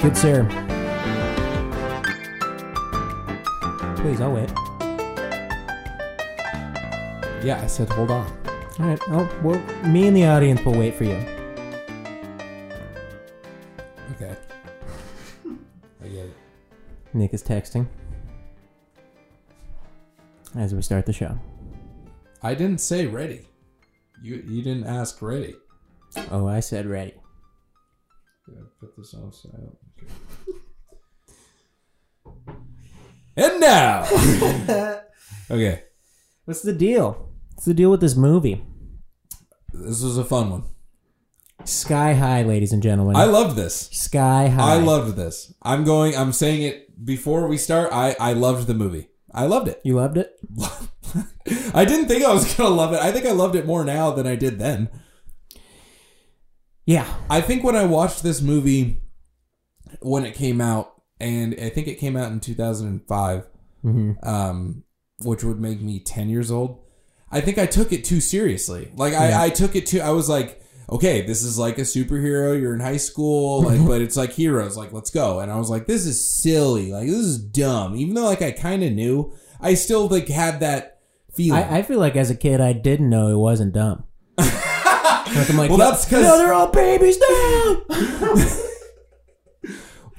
Good sir. Please, I'll wait. Yeah, I said hold on. All right. Oh, well, me and the audience will wait for you. Okay. I get it. Nick is texting as we start the show. I didn't say ready. You you didn't ask ready. Oh, I said ready. Yeah, put this on silent. Okay. and now. okay, What's the deal? What's the deal with this movie? this was a fun one. Sky High, ladies and gentlemen. I love this. Sky High. I loved this. I'm going. I'm saying it before we start. I I loved the movie. I loved it. You loved it? I didn't think I was gonna love it. I think I loved it more now than I did then. Yeah. I think when I watched this movie when it came out, and I think it came out in 2005, Mm-hmm. um, which would make me 10 years old. I think I took it too seriously. Like I, Yeah. I took it too. I was like, okay, this is like a superhero. You're in high school, like, but it's like heroes. Like, let's go. And I was like, this is silly. Like, this is dumb. Even though like I kind of knew, I still like had that feeling. I, I feel like as a kid, I didn't know it wasn't dumb. Like, I'm like, Well, "No- that's 'cause- no, they're all babies now.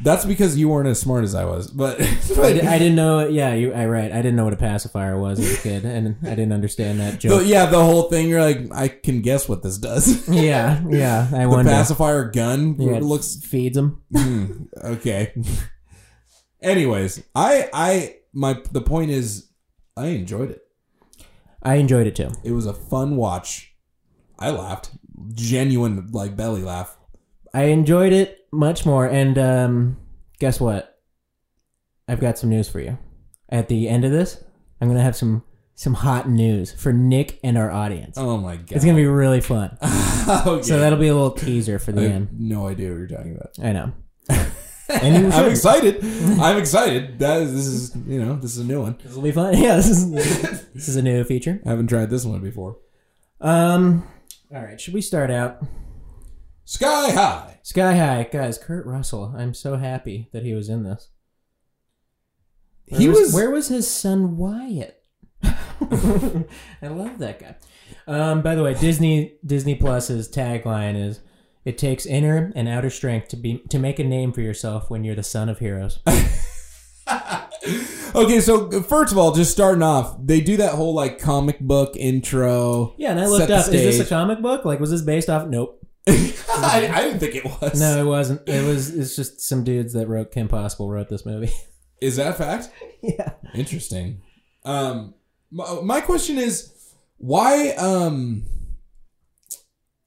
That's because you weren't as smart as I was. But, I, but di- I didn't know. Yeah, you. I right. I didn't know what a pacifier was as a kid, and I didn't understand that the- joke. yeah, the whole thing. You're like, I can guess what this does. the yeah, yeah. I wonder. pacifier gun yeah, it looks feeds them. Hmm, okay. Anyways, I I my the point is I enjoyed it. I enjoyed it too. It was a fun watch. I laughed. Genuine like belly laugh. I enjoyed it much more. And um, guess what? I've got some news for you. At the end of this, I'm gonna have some some hot news for Nick and our audience. Oh my god. It's gonna be really fun. okay. So that'll be a little teaser for the I end. have no idea what you're talking about. I know. and you I'm should. excited. I'm excited. That is, this is you know, this is a new one. This will be fun. Yeah, this is this is a new feature. I haven't tried this one before. Um, all right. Should we start out? Sky high. Sky High, guys. Kurt Russell. I'm so happy that he was in this. Where He was Where was his son Wyatt? I love that guy. Um, by the way, Disney Disney Plus's tagline is. It takes inner and outer strength to be to make a name for yourself when you're the son of heroes. Okay, so first of all, just starting off, they do that whole like comic book intro. Yeah, and I set looked the up. Is this a stage. comic book? Like, was this based off? Nope. I, I didn't think it was. No, it wasn't. It was. It's just some dudes that wrote Kim Possible wrote this movie. Is that a fact? yeah. Interesting. Um, my, my question is, why? Um,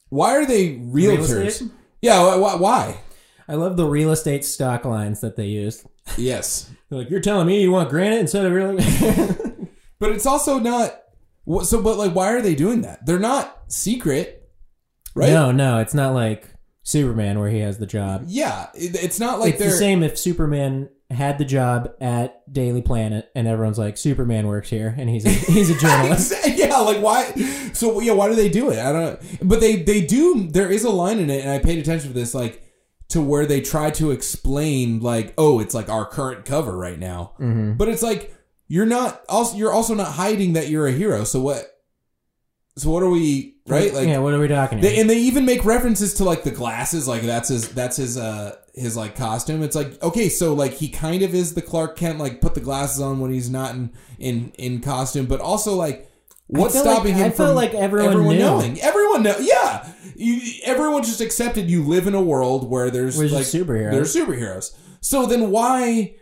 why are they realtors? estate? yeah, why? why? I love the real estate stock lines that they used. Yes, They're like, you're telling me you want granite instead of real. but it's also not. wh- So, but like, why are they doing that? They're not secret, right? No, no, it's not like Superman where he has the job. Yeah, it- it's not like it's they're. the same if Superman had the job at Daily Planet and everyone's like, Superman works here and he's a, he's a journalist. Exa- yeah, like why? So yeah, why do they do it? I don't. But they they do. There is a line in it, and I paid attention to this, like to where they try to explain, like, oh, it's like our current cover right now. Mhm. But it's like you're not also you're also not hiding that you're a hero. So what? So what are we right? Like yeah, what are we talking about? they, and they even make references to like the glasses, like that's his that's his uh his like costume. It's like okay, so like he kind of is the Clark Kent, like put the glasses on when he's not in in in costume, but also like what's felt like- stopping him? I felt from like everyone knew. knowing, everyone know, yeah, you, everyone just accepted you live in a world where there's Where like there's superheroes. there's superheroes. So then why?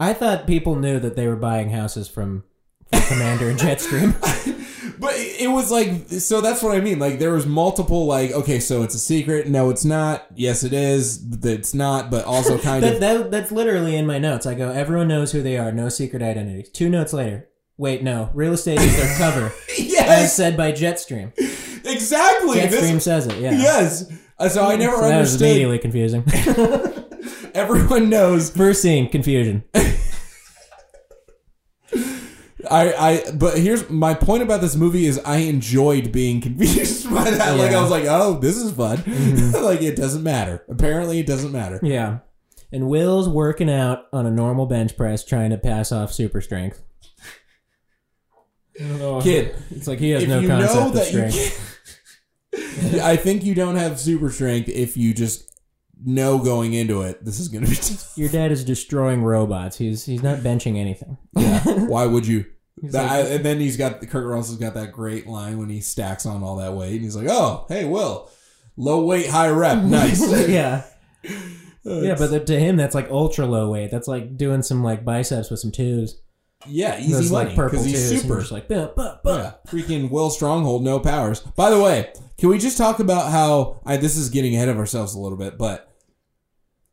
I thought people knew that they were buying houses from, from Commander and Jetstream. But it it was like so that's what I mean. Like there was multiple like okay, so it's a secret. No, it's not. Yes, it is. It's not. But also kind that, of that that's literally in my notes. I go, everyone knows who they are, no secret identities. Two notes later, wait, no, real estate is their cover, as Yes, said by Jetstream. exactly. Jetstream This, says it, yeah. yes. Uh, So I never So that was understood. immediately confusing. Everyone knows. First scene, confusion. I, I. But here's my point about this movie is I enjoyed being confused by that. Like I Yeah. Mm-hmm. was like, oh, this is fun. like it doesn't matter. Apparently, it doesn't matter. Yeah. and Will's working out on a normal bench press trying to pass off super strength. I don't know. Kid, it's like he has Oh. if no you concept know of that you strength. can't- I think you don't have super strength if you just know going into it. This is gonna be. Your dad is destroying robots. He's he's not benching anything. Why would you? He's That- like- I- and then he's got Kurt Russell's got that great line when he stacks on all that weight, and he's like, "Oh, hey, Will, low weight, high rep, nice." Uh, yeah. Yeah, It's- but that- to him that's like ultra low weight. That's like doing some like biceps with some twos. yeah, easy Those, money like purple because he's twos. and super. Just like buh, buh, buh. Yeah, freaking Will Stronghold, no powers. By the way, can we just talk about how I, this is getting ahead of ourselves a little bit? But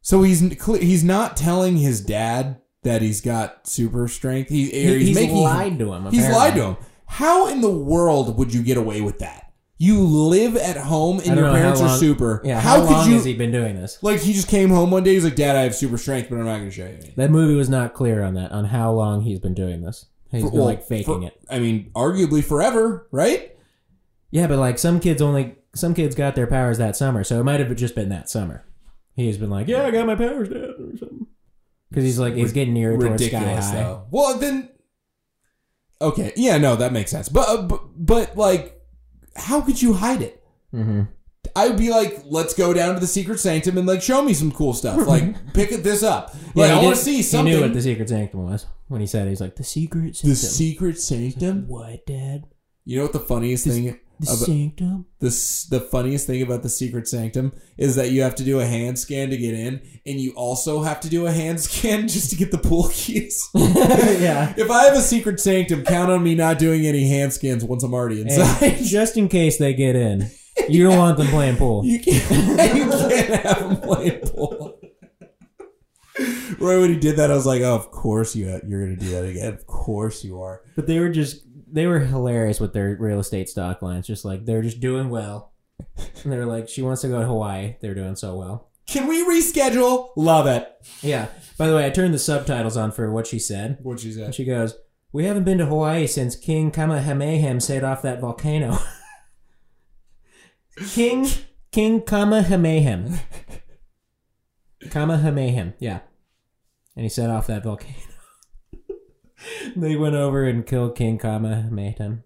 so he's n- cle- he's not telling his dad that he's got super strength. He, or He- he's, he's making lied to him. he's lied apparently. to him. How in the world would you get away with that? You live at home I and don't your know how parents are long- super. Yeah, how, long could you? has he been doing this? like he just came home one day. He's like, "Dad, I have super strength, but I'm not going to show you." Any. That movie was not clear on that, on how long he's been doing this. He's been Well, like faking for- it. I mean, arguably forever, right? Yeah, but like some kids only some kids got their powers that summer, so it might have just been that summer. He has been like, "Yeah, I got my powers, Dad," or something. Because he's like he's getting near towards sky ridiculous high. though. Well, then okay, yeah, no, that makes sense. But, uh, but but like, how could you hide it? Mm-hmm. I'd be like, let's go down to the secret sanctum and like show me some cool stuff. Like, pick this up. Like, I want to see something. He knew what the secret sanctum was when he said it. He's like the secret sanctum. the secret sanctum. what, Dad? You know what the funniest thing? The About- sanctum. The s- the funniest thing about the secret sanctum is that you have to do a hand scan to get in, and you also have to do a hand scan just to get the pool keys. yeah. If I have a secret sanctum, count on me not doing any hand scans once I'm already inside. And just in case they get in, you don't want them playing pool. You can't, you can't have him playing pool. Right when he did that, I was like, "Oh, of course you you're gonna do that again. Of course you are." But they were just they were hilarious with their real estate stock lines. Just like they're just doing well. And they're like, she wants to go to Hawaii. They're doing so well. Can we reschedule? Love it. Yeah. By the way, I turned the subtitles on for what she said. What she And said? she goes, We haven't been to Hawaii since King Kamehameha set off that volcano. King King Kamehameha. Kamehameha, yeah. And he set off that volcano. they went over and killed King Kamehameha. That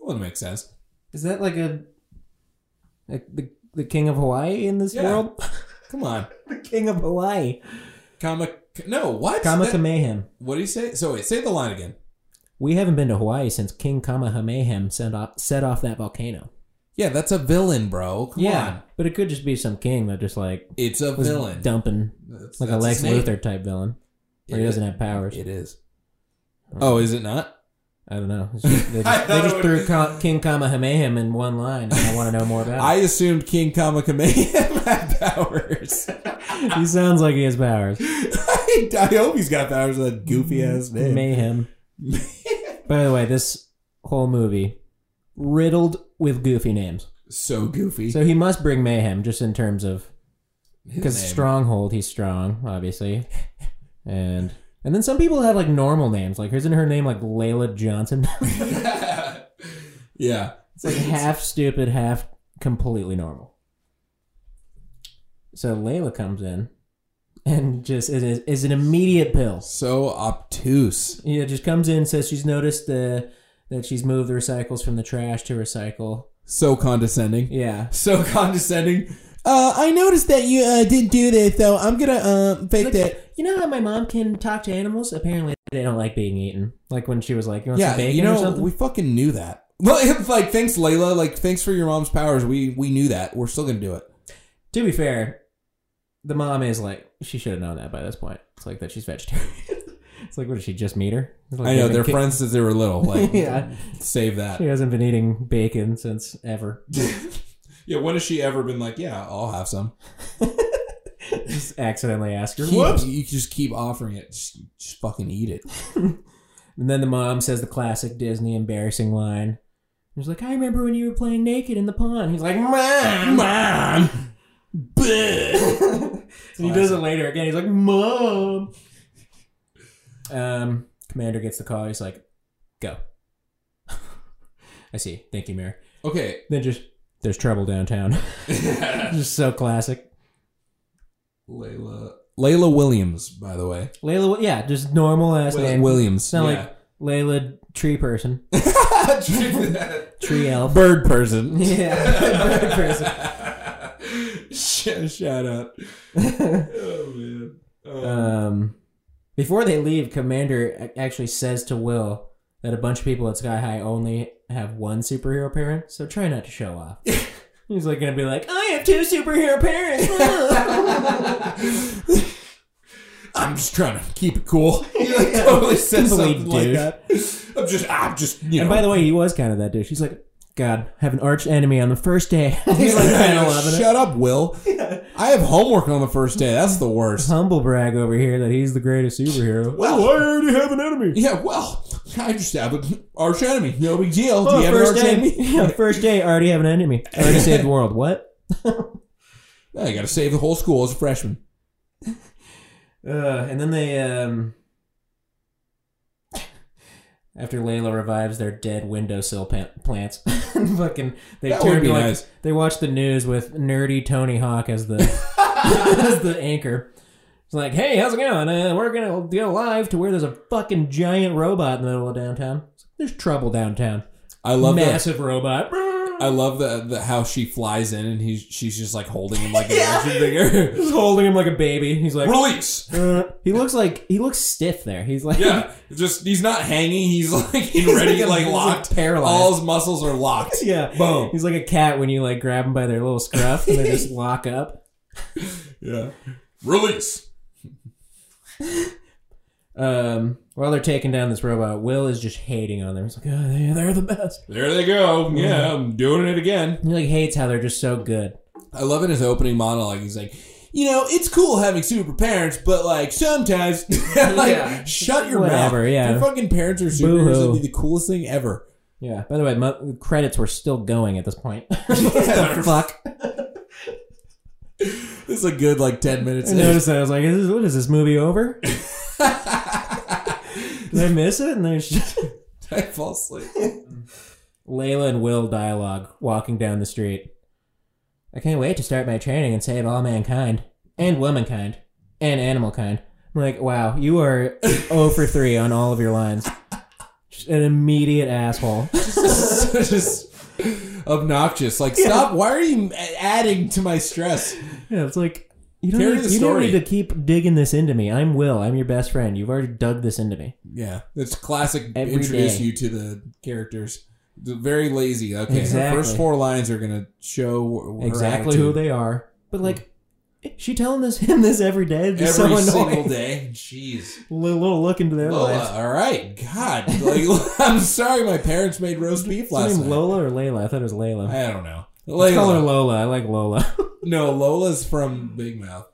wouldn't make sense. Is that like a, a the, the king of Hawaii in this Yeah. world? Come on, the king of Hawaii. Kama. No, what? That- Kamehameha. what do you say? So wait, say the line again. We haven't been to Hawaii since King Kamehameha sent off, set off that volcano. Yeah, that's a villain, bro. Come yeah, on, but it could just be some king that just like it's a was villain. dumping That's- like that's a Lex his name. Luthor type villain, where he It- doesn't have powers. It is. Oh, is it not? I don't know. It's just- they I just, they thought just it threw would- Ka- King Kamehameha in one line, and I want to know more about. I assumed King Kamehameha had powers. it. He sounds like he has powers. I, hope he's got powers with that goofy ass name. Mayhem. By the way, this whole movie riddled with goofy names. So goofy. So he must bring mayhem, just in terms of His because name. stronghold. He's strong, obviously, and and then some people have like normal names. Like isn't her name like Layla Johnson? yeah. it's like half stupid, half completely normal. So Layla comes in, and just is is, is an immediate pill. So obtuse. Yeah, just comes in says she's noticed the that she's moved the recycles from the trash to recycle. So condescending. Yeah. So condescending. Uh, I noticed that you uh, didn't do this, so I'm gonna uh, fake that. You know how my mom can talk to animals? Apparently, they don't like being eaten. Like when she was like, "You want Yeah, some bacon you or know, something?" we fucking knew that. Well, it's like, thanks, Layla. Like, thanks for your mom's powers. We we knew that. We're still gonna do it. to be fair, the mom is like, she should have known that by this point. It's like that she's vegetarian. it's like, what did she just meet her? It's like I know they've been they're ki- friends since they were little. Like, Yeah. save that. She hasn't been eating bacon since ever. Yeah, when has she ever been like, yeah, I'll have some? Just accidentally asked her. Keep- Whoops. You just keep offering it. Just, just fucking eat it. And then the mom says the classic Disney embarrassing line. He's like, I remember when you were playing naked in the pond. He's like, Mom, Mom. and he does it later again. He's like, Mom. Um, Commander gets the call. He's like, Go. I see. Thank you, Mayor. Okay. Then just, there's trouble downtown. just so classic. Layla Layla Williams, by the way. Layla, yeah, just normal last Wi- name. Williams. It's not yeah. like Layla Tree Person, Tree Elf. Bird person. yeah, bird person. Sh- Shout out. oh man. Oh. Um, before they leave, Commander ac- actually says to Will that a bunch of people at Sky High only have one superhero parent, so try not to show off. He's like gonna be like, I have two superhero parents. I'm just trying to keep it cool. He like totally said Complete something like douche. that. I'm just, I'm just, you know. and by the way, he was kind of that dude. She's like, God, have an arch enemy on the first day. He's like kind of loving it. shut up, Will. I have homework on the first day. That's the worst. Humble brag over here that he's the greatest superhero. Well- oh, I already have an enemy. Yeah, well, I just have an arch enemy. No big deal. Do Oh, you have an first arch day, enemy? yeah, first day, I already have an enemy. I already saved the world. What? I got to save the whole school as a freshman. Uh, and then they, um, after Layla revives their dead windowsill pa- plants, fucking they That turn would be to, like nice. they watch the news with nerdy Tony Hawk as the as the anchor. It's like, hey, how's it going? Uh, we're gonna go live to where there's a fucking giant robot in the middle of downtown. There's trouble downtown. I love that. Massive robot. I love the, the how she flies in and he's she's just like holding him like an action figure. He's holding him like a baby. He's like, Release. uh, he looks like he looks stiff there. He's like, Yeah, just he's not hanging. He's like in ready, like a- like, he's, like, locked. paralyzed. All his muscles are locked. Yeah. Boom. He's like a cat when you like grab them by their little scruff and they just lock up. Yeah. Release. Um, while they're taking down this robot, Will is just hating on them. He's like, oh, they- they're the best. There they go. Yeah, I'm doing it again. He like hates how they're just so good. I love in his opening monologue. He's like, you know, it's cool having super parents, but like sometimes, like, Yeah. shut your Whatever, mouth. yeah. If your fucking parents are superheroes. Boo-hoo. That'd be the coolest thing ever. Yeah. By the way, mo- credits were still going at this point. what Yeah. the fuck? This is a good like ten minutes. I noticed that. I was like, is this, what is this movie over? Did I miss it? And there's just I fall asleep. Layla and Will dialogue walking down the street. I can't wait to start my training and save all mankind and womankind and animal kind. I'm like, wow, you are 0 for 3 on all of your lines. Just An immediate asshole. just obnoxious. Like, stop. Why are you a- adding to my stress? Yeah, it's like you don't, Carry need, the you don't story. need to keep digging this into me. I'm Will. I'm your best friend. You've already dug this into me. Yeah, it's classic. Every introduce day. you to the characters. The Very lazy. Okay, Exactly. her first four lines are gonna show her Exactly who attitude. they are. But like, she telling this him this every day. It's just every so single annoying. day. Jeez. Little, little look into their Lola, lives. all right, God, like, I'm sorry, my parents made roast beef Is her last name night. Lola or Layla? I thought it was Layla. I don't know. Let's call her Layla. Lola. I like Lola. No, Lola's from Big Mouth.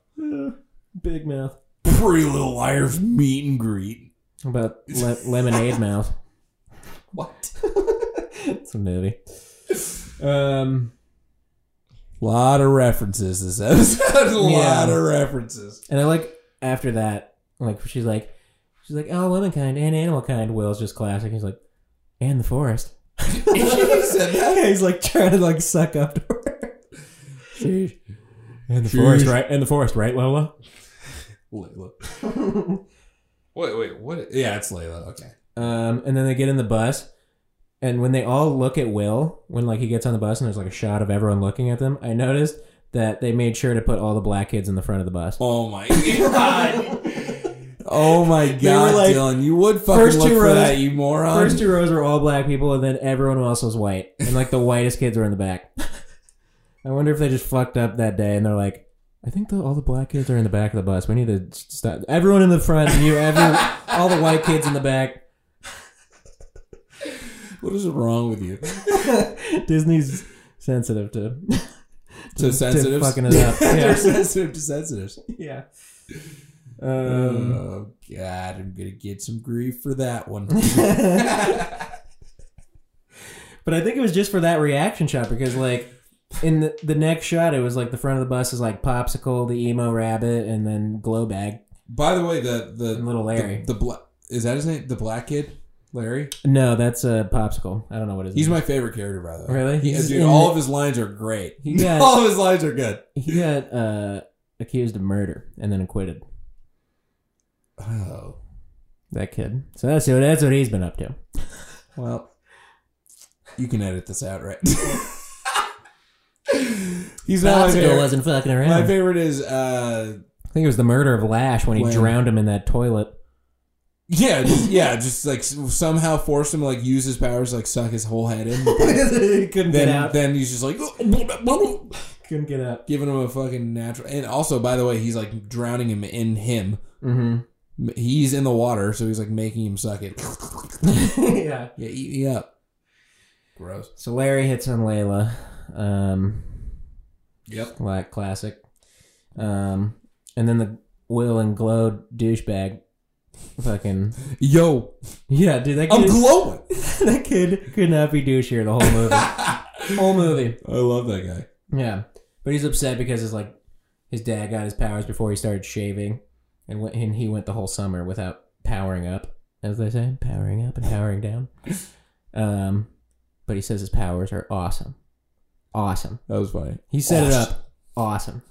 Big mouth. Pretty Little Liars meet and greet. How About le- lemonade mouth. What? It's a movie. Um, lot of references this episode. a lot Yeah. of references. and I like after that, like she's like, she's like, oh, womankind and animal kind. Will's just classic. He's like, and the forest. You said that? He's like trying to like suck up to her. And the forest, right? And the forest, right, Lola? Layla. wait, wait, what? Yeah, it's Layla. Okay. Um, and then they get in the bus, and when they all look at Will, when like he gets on the bus and there's like a shot of everyone looking at them, I noticed that they made sure to put all the black kids in the front of the bus. Oh my god. oh my god, like, Dylan. You would fucking first look two for rows- that, you moron. First two rows were all black people, and then everyone else was white, and like the whitest kids were in the back. I wonder if they just fucked up that day, and they're like, I think the, all the black kids are in the back of the bus. We need to s- stop. Everyone in the front, you, every, all the white kids in the back. what is wrong with you? Disney's sensitive to, To sensitives? fucking it up. Yeah. They're sensitive to sensitives. yeah. Um, oh god, I'm gonna get some grief for that one. But I think it was just for that reaction shot because like in the, the next shot it was like the front of the bus is like popsicle, the emo rabbit, and then glow bag By the way, the the and little Larry. the, the bla- is that his name? The black kid, Larry. no, that's a popsicle. I don't know what his He's name. my favorite character, by the way. Really? He, He's dude, in all the- of his lines are great. He got- all of his lines are good. He got uh, accused of murder and then acquitted. Oh. That kid. So that's what that's what he's been up to. Well, you can edit this out, right? He's not my Popsicle favorite. wasn't fucking around. My favorite is uh I think it was the murder of Lash when he When- drowned him in that toilet. yeah, just, yeah, just like s- somehow force him to like use his powers, to, like suck his whole head in. couldn't get then out. then he's just like couldn't get out. giving him a fucking natural. And also, by the way, he's like drowning him in him. Mm-hmm. He's in the water, so he's like making him suck it. yeah. yeah, eat me up. Gross. So Larry hits on Layla. Um, Yep. like classic. Um, and then the Will and Glow douchebag. Fucking Yo, yeah, dude. That I'm kid, glowing. that kid could not be douchier the whole movie. whole movie. I love that guy. Yeah, but he's upset because it's like his dad got his powers before he started shaving, and went, and he went the whole summer without powering up, as they say, powering up and powering down. Um, but he says his powers are awesome, awesome. That was funny. He set it up, awesome.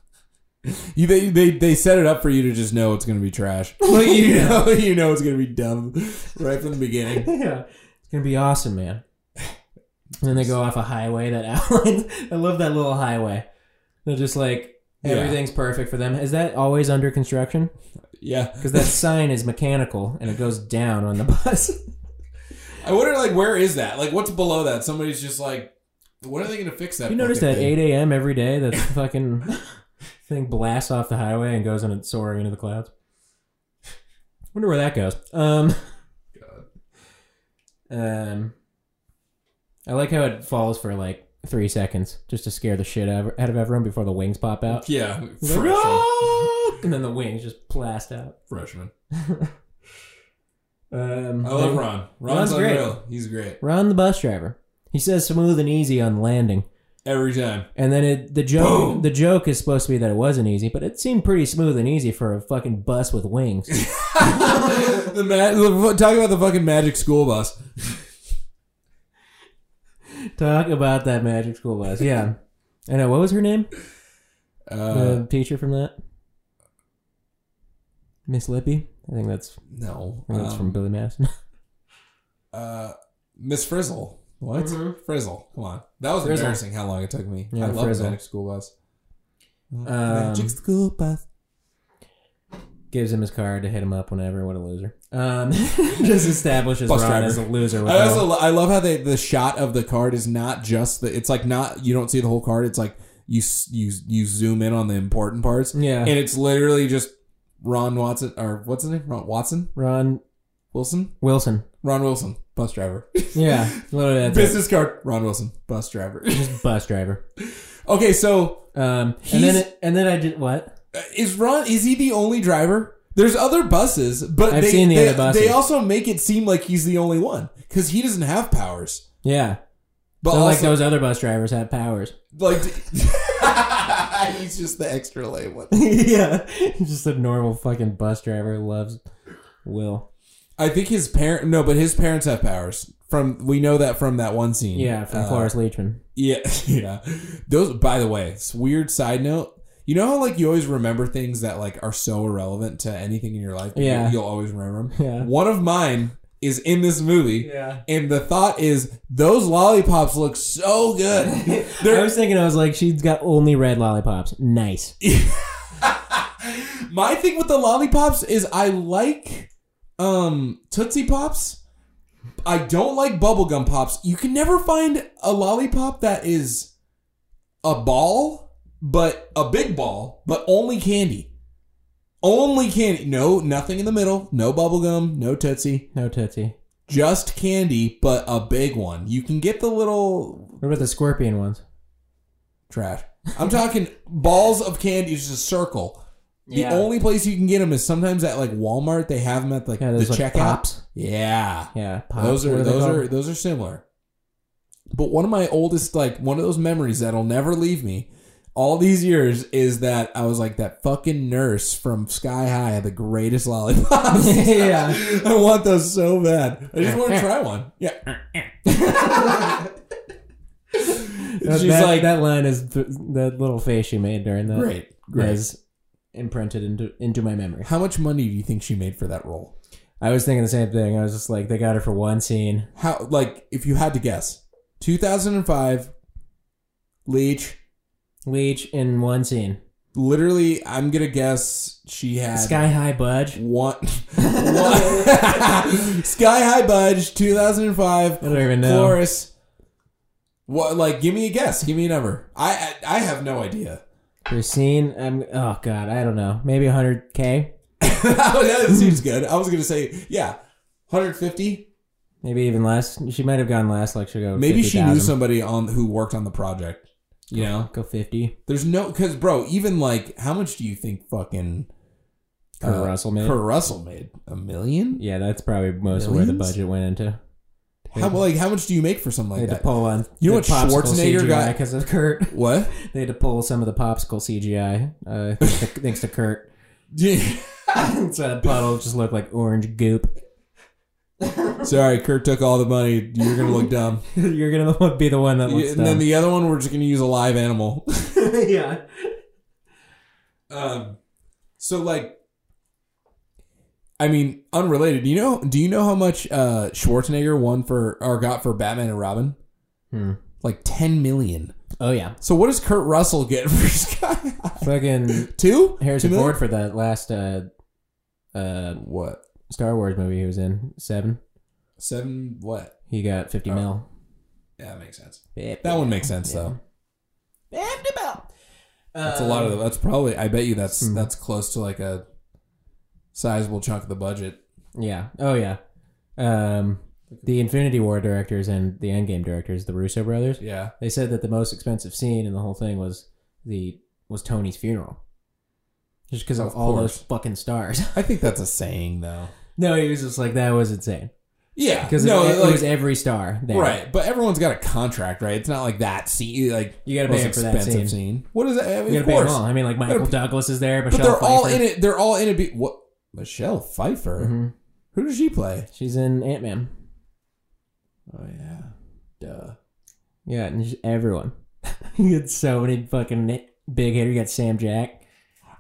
You they, they they set it up for you to just know it's gonna be trash. Like you know you know it's gonna be dumb right from the beginning. yeah, it's gonna be awesome, man. And then they go off a highway that outlines. I love that little highway. They're just like Yeah. everything's perfect for them. Is that always under construction? Yeah, Because that sign is mechanical and it goes down on the bus. I wonder like where is that? Like what's below that? Somebody's just like, when are they gonna fix that? You notice fucking that thing? 8 a.m. every day, that fucking thing blasts off the highway and goes and soaring into the clouds. Wonder where that goes. Um, um, I like how it falls for like three seconds just to scare the shit out of out of everyone before the wings pop out. Yeah, It's like, freshman. "Ah!" And then the wings just blast out. freshman. Um, I love Ron. Ron's Ron's, great. unreal. He's great Ron the bus driver. He says smooth and easy on landing. every time. And then it, the joke Boom. the joke is supposed to be that it wasn't easy, but it seemed pretty smooth and easy for a fucking bus with wings. the ma- the- talk about the fucking magic school bus. Talk about that magic school bus. Yeah. I know. What was her name? Uh, the teacher from that? Miss Lippy? I think that's, no, I think that's from um, Billy Madison. uh, Miss Frizzle. What? Mhm. Frizzle. Come on. That was Frizzle. embarrassing how long it took me. Yeah, I love Frizzle. Magic School Bus. Um, Magic School Bus. Gives him his card to hit him up whenever. What a loser. Um, just establishes Bus Ron driver. as a loser. With I no- also lo- I love how they the shot of the card is not just the it's like not you don't see the whole card it's like you s- you you zoom in on the important parts yeah. and it's literally just Ron Watson or what's his name Ron Watson Ron Wilson Wilson. Ron Wilson bus driver Yeah. Literally, that's it. business card Ron Wilson bus driver Just bus driver. okay so Um, and He's- then it, and then I did what? uh, is Ron is he the only driver there's other buses but I've they, seen the they, other buses. they also make it seem like he's the only one because he doesn't have powers Yeah. but so also, like those other bus drivers have powers. Like, he's just the extra lame one. yeah, just a normal fucking bus driver who loves Will. I think his parent, no, but his parents have powers. From we know that from that one scene. Yeah, from Uh, Cloris Leachman. Yeah, yeah. Those. By the way, it's weird side note. You know how like you always remember things that like are so irrelevant to anything in your life. but Yeah. you- you'll always remember them. Yeah. One of mine is in this movie. Yeah. And the thought is, those lollipops look so good. I They're was thinking, I was like, she's got only red lollipops. Nice. My thing with the lollipops is I like um Tootsie Pops. I don't like bubblegum pops. You can never find a lollipop that is a ball, but a big ball, but only candy. Only candy. No, nothing in the middle. No bubblegum, no Tootsie. No tootsie. Just candy, but a big one. You can get the little What about the scorpion ones? trash. I'm talking balls of candy, it's just a circle. The only place you can get them is sometimes at like Walmart. They have them at like yeah, the those like checkout. pops. Yeah, Yeah, pops. those What they are those called? are those are similar. But one of my oldest, like one of those memories that'll never leave me, all these years is that I was like that fucking nurse from Sky High had the greatest lollipops. Yeah. I want those so bad. I just want to try one. Yeah, That- she's that, like- that line is th- that little face she made during that. great, great. is- imprinted into into my memory. How much money do you think she made for that role? I was thinking the same thing. I was just like, they got her for one scene. How like if you had to guess, 2005, Leech. Leech in one scene. Literally, I'm gonna guess she had Sky High Budge. one, one- Sky High Budge 2005. I don't even know. Chorus. What? Like, give me a guess. Give me a number. I I, I have no idea. Her scene. I'm. Oh God, I don't know. Maybe 100k. that seems good. I was gonna say yeah, 150. Maybe even less. She might have gone less. Like she go. Maybe she knew 50,000. somebody on who worked on the project. You know, Go 50. there's no because bro, even like how much do you think fucking Kurt Russell made. Kurt Russell made a million? Yeah, that's probably most of where the Millions? budget went into. How like how much do you make for something They like had to that? pull on. You know the what popsicle Schwarzenegger CGI got- because of Kurt. What? They had to pull some of the popsicle CGI uh, thanks to Kurt. so that puddle just looked like orange goop. Sorry, Kurt took all the money. You're gonna look dumb. You're gonna be the one that looks and then dumb. the other one, we're just gonna use a live animal. yeah. Um, so like, I mean, unrelated. You know? Do you know how much uh, Schwarzenegger won for or got for Batman and Robin? Hmm. Like ten million. Oh yeah. So what does Kurt Russell get for Sky? High? Fucking Two. Harrison Two million? Ford for that last uh, uh, What? Star Wars movie he was in seven. Seven. What? He got fifty Oh. mil. Yeah, that makes sense. That That one makes sense though. Fifty mil. That's a lot of. The, that's probably. I bet you that's Hmm. that's close to like a sizable chunk of the budget. Yeah. Oh yeah. Um, the Infinity War directors and the Endgame directors, the Russo brothers, Yeah. they said that the most expensive scene in the whole thing was the was Tony's funeral, just because of, Of all course. those fucking stars. I think that's a saying though. no, he was just like that was insane Yeah. because no, it, it like- was every star there. Right, but everyone's got a contract, right? It's not like that scene, like You gotta pay most him for that expensive scene. What is that? You of gotta pay them course, all. I mean, like Michael Douglas is there, but Michelle they're all Pfeiffer. in it. They're all in it. Be- what? Michelle Pfeiffer. Mhm. Who does she play? She's in Ant Man. Oh yeah, duh. Yeah, and just everyone. you got so many fucking big hitter. You got Sam Jack,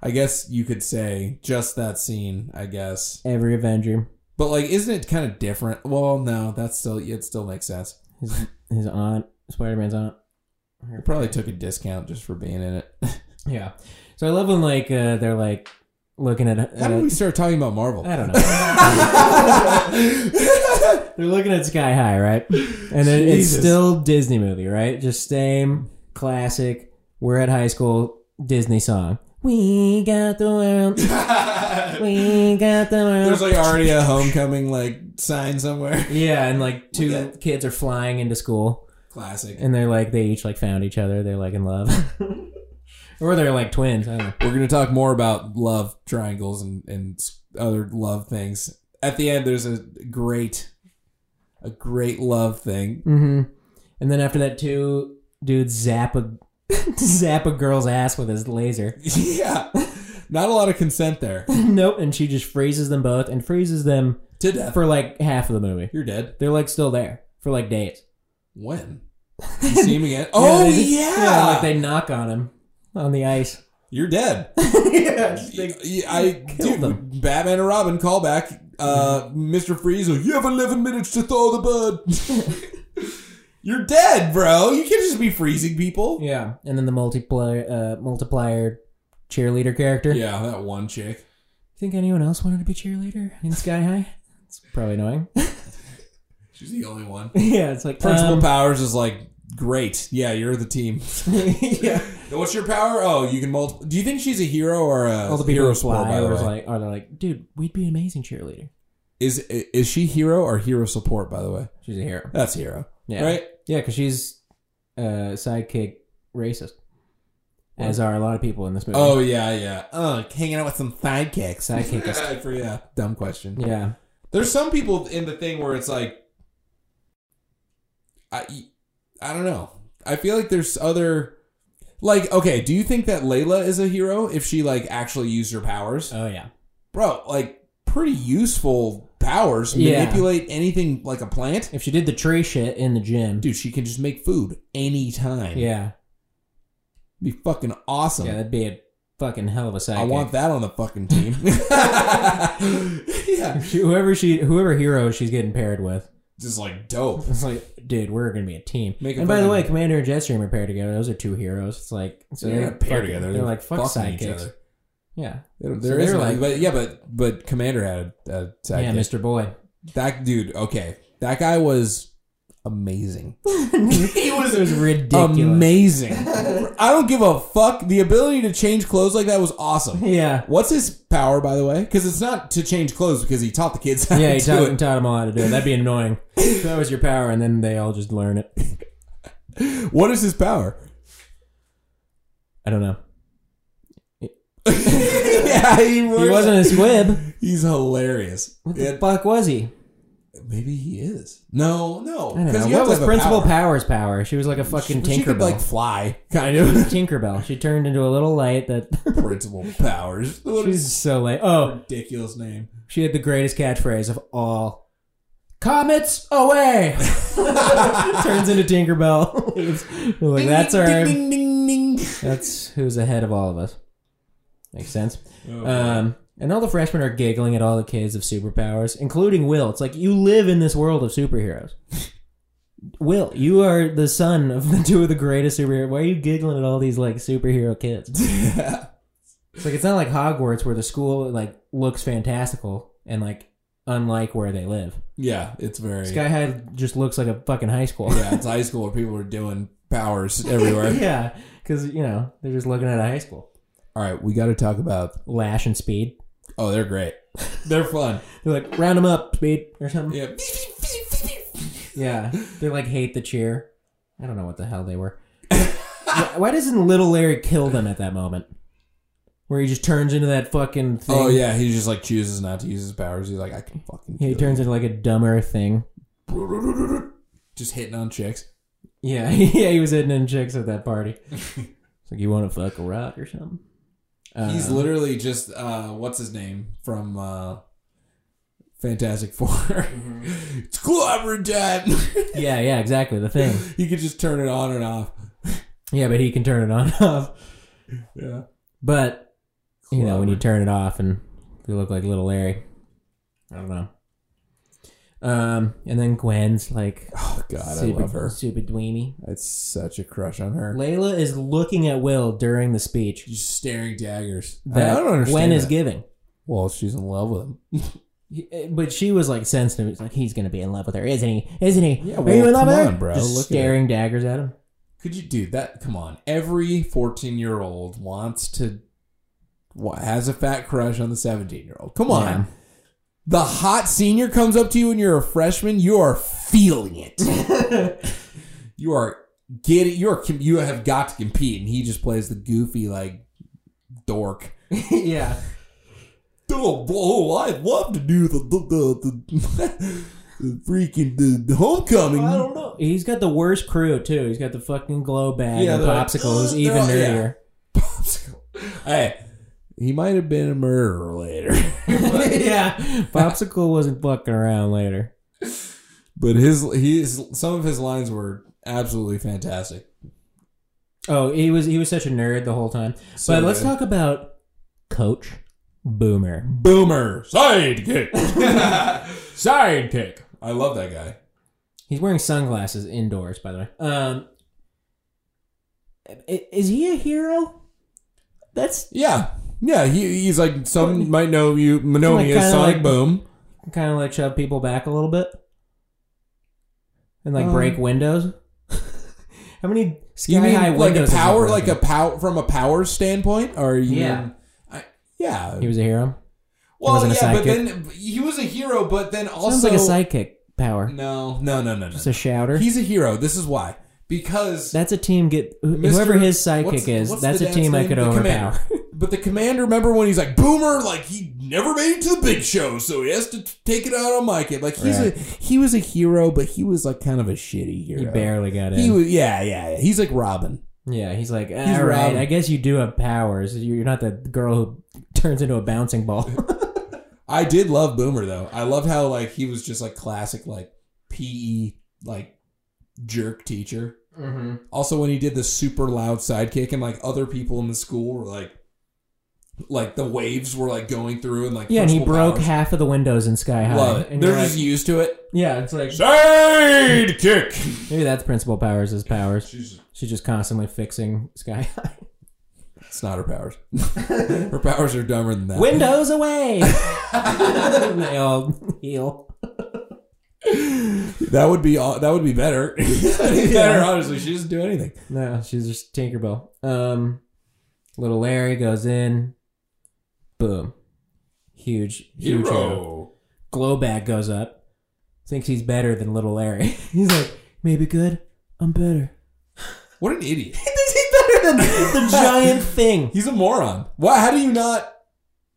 I guess you could say just that scene. I guess, every Avenger. but like, isn't it kind of different? Well, no, that's still it. Still makes sense. His his aunt, Spider Man's aunt. It probably took a discount just for being in it. Yeah. So I love when like uh, they're like looking at. How did Uh, we start talking about Marvel? I don't know. they're looking at Sky High, right? And it, it's Jesus. still Disney movie, right? Just same classic. We're at high school Disney song. We got the world. We got the world. There's like already a homecoming like sign somewhere. Yeah, and like two Yeah. kids are flying into school, Classic. and they're like they each like found each other. They're like in love, or they're like twins. I don't know. We're going to talk more about love triangles and, and s- other love things. At the end, there's a great, a great love thing. hmm And then after that, two dudes zap a zap a girl's ass with his laser. yeah. Not a lot of consent there. nope, and she just freezes them both and freezes them To death. for like half of the movie. You're dead. They're like still there for like days. When? You see him again? Oh, they yeah. just- like they knock on him on the ice. You're dead. yeah, just Y- like- y- I, kill dude, them. Mm-hmm. Batman and Robin call back. Uh, Mr. Freeze, like, you have 11 minutes to thaw the bud. You're dead, bro. You can't just be freezing people. yeah. And then the multiplier uh, multiplier cheerleader character. yeah that one chick. Think anyone else wanted to be cheerleader in Sky High? It's probably annoying. She's the only one. yeah, it's like Principal um, Powers is like, great. Yeah, you're the team. yeah. What's your power? Oh, you can multiple. Do you think she's a hero or a All the people hero who support? fly By the are way, like, are they like, dude, we'd be an amazing cheerleader. is is she hero or hero support? By the way, She's a hero. that's hero, Yeah, Uh, right? Yeah, because she's uh, sidekick racist, as are a lot of people in this movie. Oh yeah, yeah. Oh, hanging out with some sidekicks. sidekicks. I for yeah, dumb question. yeah, There's some people in the thing where it's like, I, I don't know. I feel like there's other, like, okay, do you think that Layla is a hero if she like actually used her powers, oh yeah, bro? Like, pretty useful powers. Yeah. Manipulate anything like a plant, if she did the tree shit in the gym, dude. She can just make food anytime. yeah, be fucking awesome. yeah, that'd be a fucking hell of a sidekick. I want that on the fucking team. yeah. She- whoever she, whoever hero she's getting paired with. Just like dope. It's like, dude, we're gonna be a team. Make a and by the fucking- way, Commander and Jetstream are paired together. Those are two heroes. It's like so They're they not paired fucking- together. They're, They're like fuck fucking each sidekicks. other. Yeah, There So there is they're no- like- but yeah, but but Commander had a, a yeah, sidekick. Mr. Boy. That dude, okay. That guy was amazing. he was, it was ridiculous. Amazing. I don't give a fuck. The ability to change clothes like that was awesome. Yeah, What's his power, by the way? Because it's not to change clothes because he taught the kids how yeah. to He do taught, it. he taught them all how to do it. That'd be annoying. If that was your power, and then they all just learn it. What is his power? I don't know. yeah, he, He wasn't a squib. He's hilarious. What the Yeah, fuck was he? maybe he is. No, no. I don't Because know. you have What was to have a Principal power. Power's power? She was like a fucking She could Tinkerbell. like fly, kind of. Tinkerbell. She turned into a little light that. Principal powers. What a She's so late. Oh, ridiculous name. She had the greatest catchphrase of all. Comets away! Turns into Tinkerbell. We're like, that's Ding, our. Ding, ding, ding, ding. That's who's ahead of all of us. Makes sense. Oh, Um, and all the freshmen are giggling at all the kids of superpowers, including Will. It's like, you live in this world of superheroes. Will, you are the son of the two of the greatest superheroes. Why are you giggling at all these, like, superhero kids? Uh, It's like it's not like Hogwarts where the school like looks fantastical and like unlike where they live. yeah, it's very. Sky High just looks like a fucking high school. yeah, it's high school where people are doing powers everywhere. yeah, because you know they're just looking at a high school. All right, we got to talk about. Lash and Speed. Oh, they're great. They're fun. They're like round them up, Speed or something. Yeah. Yeah, they're like hate the cheer. I don't know what the hell they were. Why- Why doesn't Little Larry kill them at that moment? Where he just turns into that fucking thing. Oh yeah, he just like chooses not to use his powers. He's like, I can fucking. He kill turns into like a dumber thing. you. Just hitting on chicks. Yeah, yeah, he was hitting in chicks at that party. it's like you want to fuck a rock or something. Uh, He's literally just uh, what's his name from uh, Fantastic 4 Mm-hmm. it's clobber time. yeah, yeah, exactly the thing. you could just turn it on and off. Yeah, but he can turn it on and off. Yeah. But you know when you Clobber. turn it off and you look like little Larry, I don't know. Um, and then Gwen's like Oh god, super, I love her. super dweeby. It's such a crush on her. Layla is looking at Will during the speech Just staring daggers. that I don't understand. Gwen is that. giving. well, she's in love with him. He- But she was like sensitive. It's like he's gonna be in love with her, isn't he? Isn't he? Yeah, Are well, you in love come with her? on, bro. Just Look at staring daggers at him. Could you do that? Come on. Every 14 year old wants to, wa- has a fat crush on the 17 year old. Come on. Yeah. The hot senior comes up to you and you're a freshman. You are feeling it. you are getting, you are, you have got to compete. And he just plays the goofy, like, dork. yeah. Oh, oh I'd love to do the, the, the, the, the freaking the, the homecoming. I don't know. He's got the worst crew too. He's got the fucking glow bag Yeah, and they're like, popsicle who's "Ugh," even they're all- yeah. nerdier. popsicle. Hey, he might have been a murderer later, Yeah. popsicle wasn't fucking around later. but his his some of his lines were absolutely fantastic. Oh, he was he was such a nerd the whole time. So but let's good. talk about Coach Boomer. Boomer sidekick, sidekick. I love that guy. He's wearing sunglasses indoors, by the way. Um, i- is he a hero? That's Yeah, yeah. He he's like some might know you know Like, me as kinda Sonic like- Boom. kind of like shove people back a little bit and like Um, break windows. How many sky You mean high like a windows? has he power, broken? like a power from a power standpoint, or you? Yeah. mean- I, yeah. He was a hero. well, wasn't a yeah, but sidekick. then he was a hero, but then also Sounds like a sidekick power. no, no, no, no, no. Just a shouter. He's a hero. This is why. Because that's a team. Get wh- Mr. whoever his sidekick what's- is. what's that's the a team dad's I name? could The overpower. commander. But the commander, remember when he's like Boomer, like he never made it to the big show, so he has to t- take it out on my kid. Like he's Right. a he was a hero, but he was like kind of a shitty hero. He barely got in. He was yeah yeah. yeah. He's like Robin. yeah, he's like, all right. Robin. I guess you do have powers. You- You're not the girl who turns into a bouncing ball. I did love Boomer though. I loved how like he was just like classic like PE like jerk teacher. mm-hmm. Also when he did the super loud sidekick and like other people in the school were like like the waves were like going through and like Yeah, and he punchable broke powers. half of the windows in Sky High. Love it. And They're you're just like- used to it. yeah, it's like Side kick. maybe that's Principal Powers' is powers. Jesus. She's just constantly fixing Sky High. It's not her powers. her powers are dumber than that. windows away. And they all heal. That would be all, that would be better. That'd be better, honestly. She doesn't do anything. No, she's just Tinkerbell. Um, little Larry goes in. Boom. Huge, huge hero. Glowbag goes up. Thinks he's better than little Larry. he's like, maybe good. I'm better. What an idiot. He thinks he's better than the giant thing. He's a moron. Why? How do you not?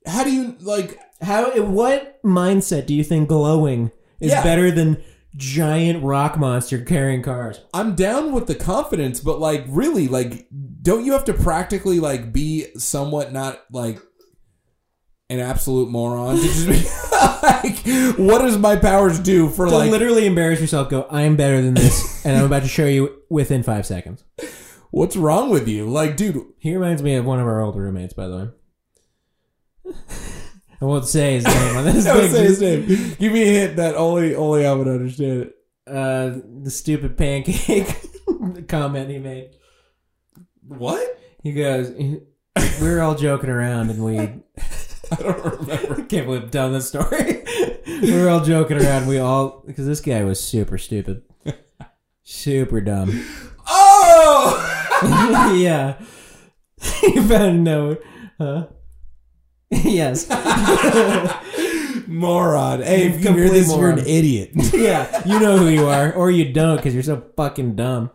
How do you like? How? What mindset do you think glowing is Yeah. better than giant rock monster carrying cars? I'm down with the confidence, but like, really, like, don't you have to practically like be somewhat not like an absolute moron? To just be, like, what does my powers do for To like? literally embarrass yourself, go, I'm better than this, and I'm about to show you within five seconds. what's wrong with you? Like, dude, He reminds me of one of our old roommates, by the way. I won't say his name on this don't say thing. his name. Give me a hint that only only I would understand it. Uh, the stupid pancake comment he made. What? He goes, we "We're all joking around, and we I don't remember. can't believe I'm telling this story. we were all joking around. We all because this guy was super stupid, super dumb. Oh, yeah, you better know, huh? yes. moron! Hey, if you hear Complete this, you're an moron. idiot. Yeah, you know who you are, or you don't because you're so fucking dumb.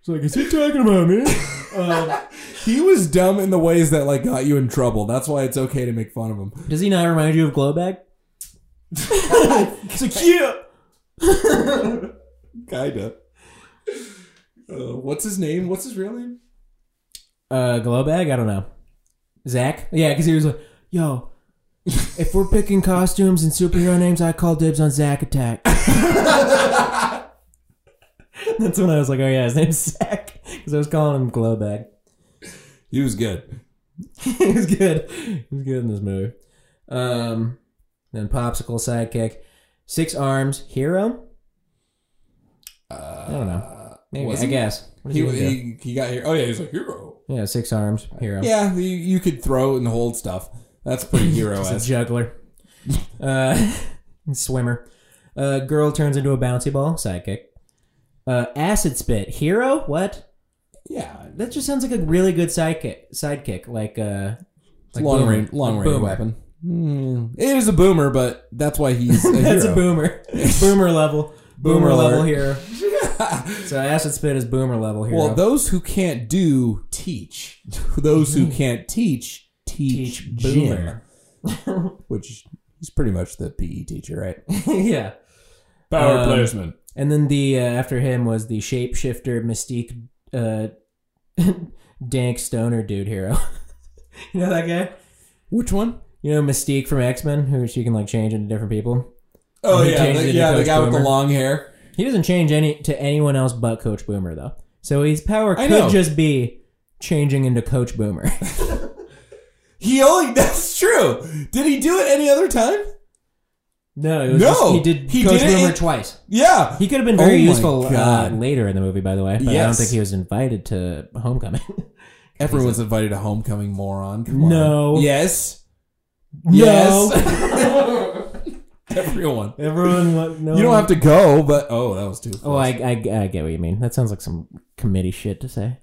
It's like, is he talking about me? um, He was dumb in the ways that like got you in trouble. That's why it's okay to make fun of him. does he not remind you of Glowbag? it's like, yeah. Kinda. Uh, what's his name? What's his real name? Uh, Glowbag? I don't know. Zach? Yeah, because he was like, yo, if we're picking costumes and superhero names, I call dibs on Zack Attack. That's when I was like, oh yeah, his name's Zach. Because I was calling him Glowbag. He was good. he was good. He was good in this movie. Um, then Popsicle sidekick. Six arms hero? Uh, I don't know. Maybe, was I he? guess. What does he He, do? he, he got here. Oh yeah, he's a hero. yeah, six arms hero. Yeah, you, you could throw and hold stuff. That's pretty hero He's a esque. juggler. Uh, swimmer. Uh, girl turns into a bouncy ball. Sidekick. Uh, acid spit. Hero? What? Yeah, That just sounds like a really good sidekick. Sidekick, like uh, like long Boomer. range, long range Boomer. weapon. Hmm. It is a boomer, but that's why he's a That's hero. a boomer. boomer level. Boomer, Boomer level hero. alert. so acid spit is boomer level hero. Well, those who can't do teach. Those who can't teach teach, Teach boomer, boomer. which is pretty much the PE teacher, right? yeah. Power Um, placement. And then the uh, after him was the shapeshifter mystique uh, dank stoner dude hero. you know that guy? Which one? You know Mystique from X Men, who she can like change into different people. Oh He yeah, changed the, it to yeah, the Coach guy with Boomer. the long hair. He doesn't change any to anyone else but Coach Boomer though. So his power I could know. just be changing into Coach Boomer. He only. That's true. Did he do it any other time? no, it was No! just- he did He Coach did it Boomer in- twice. Yeah. He could have been very Oh my useful uh, God. later in the movie, by the way. But I don't Yes. think he was invited to Homecoming. Everyone's invited to homecoming, moron. Come on. No. Yes. No. Yes. Everyone. Everyone, wa- no You don't one- have to go, but oh, that was too. Oh, I, close. I, I get Um, what you mean. That sounds like some committee shit to say.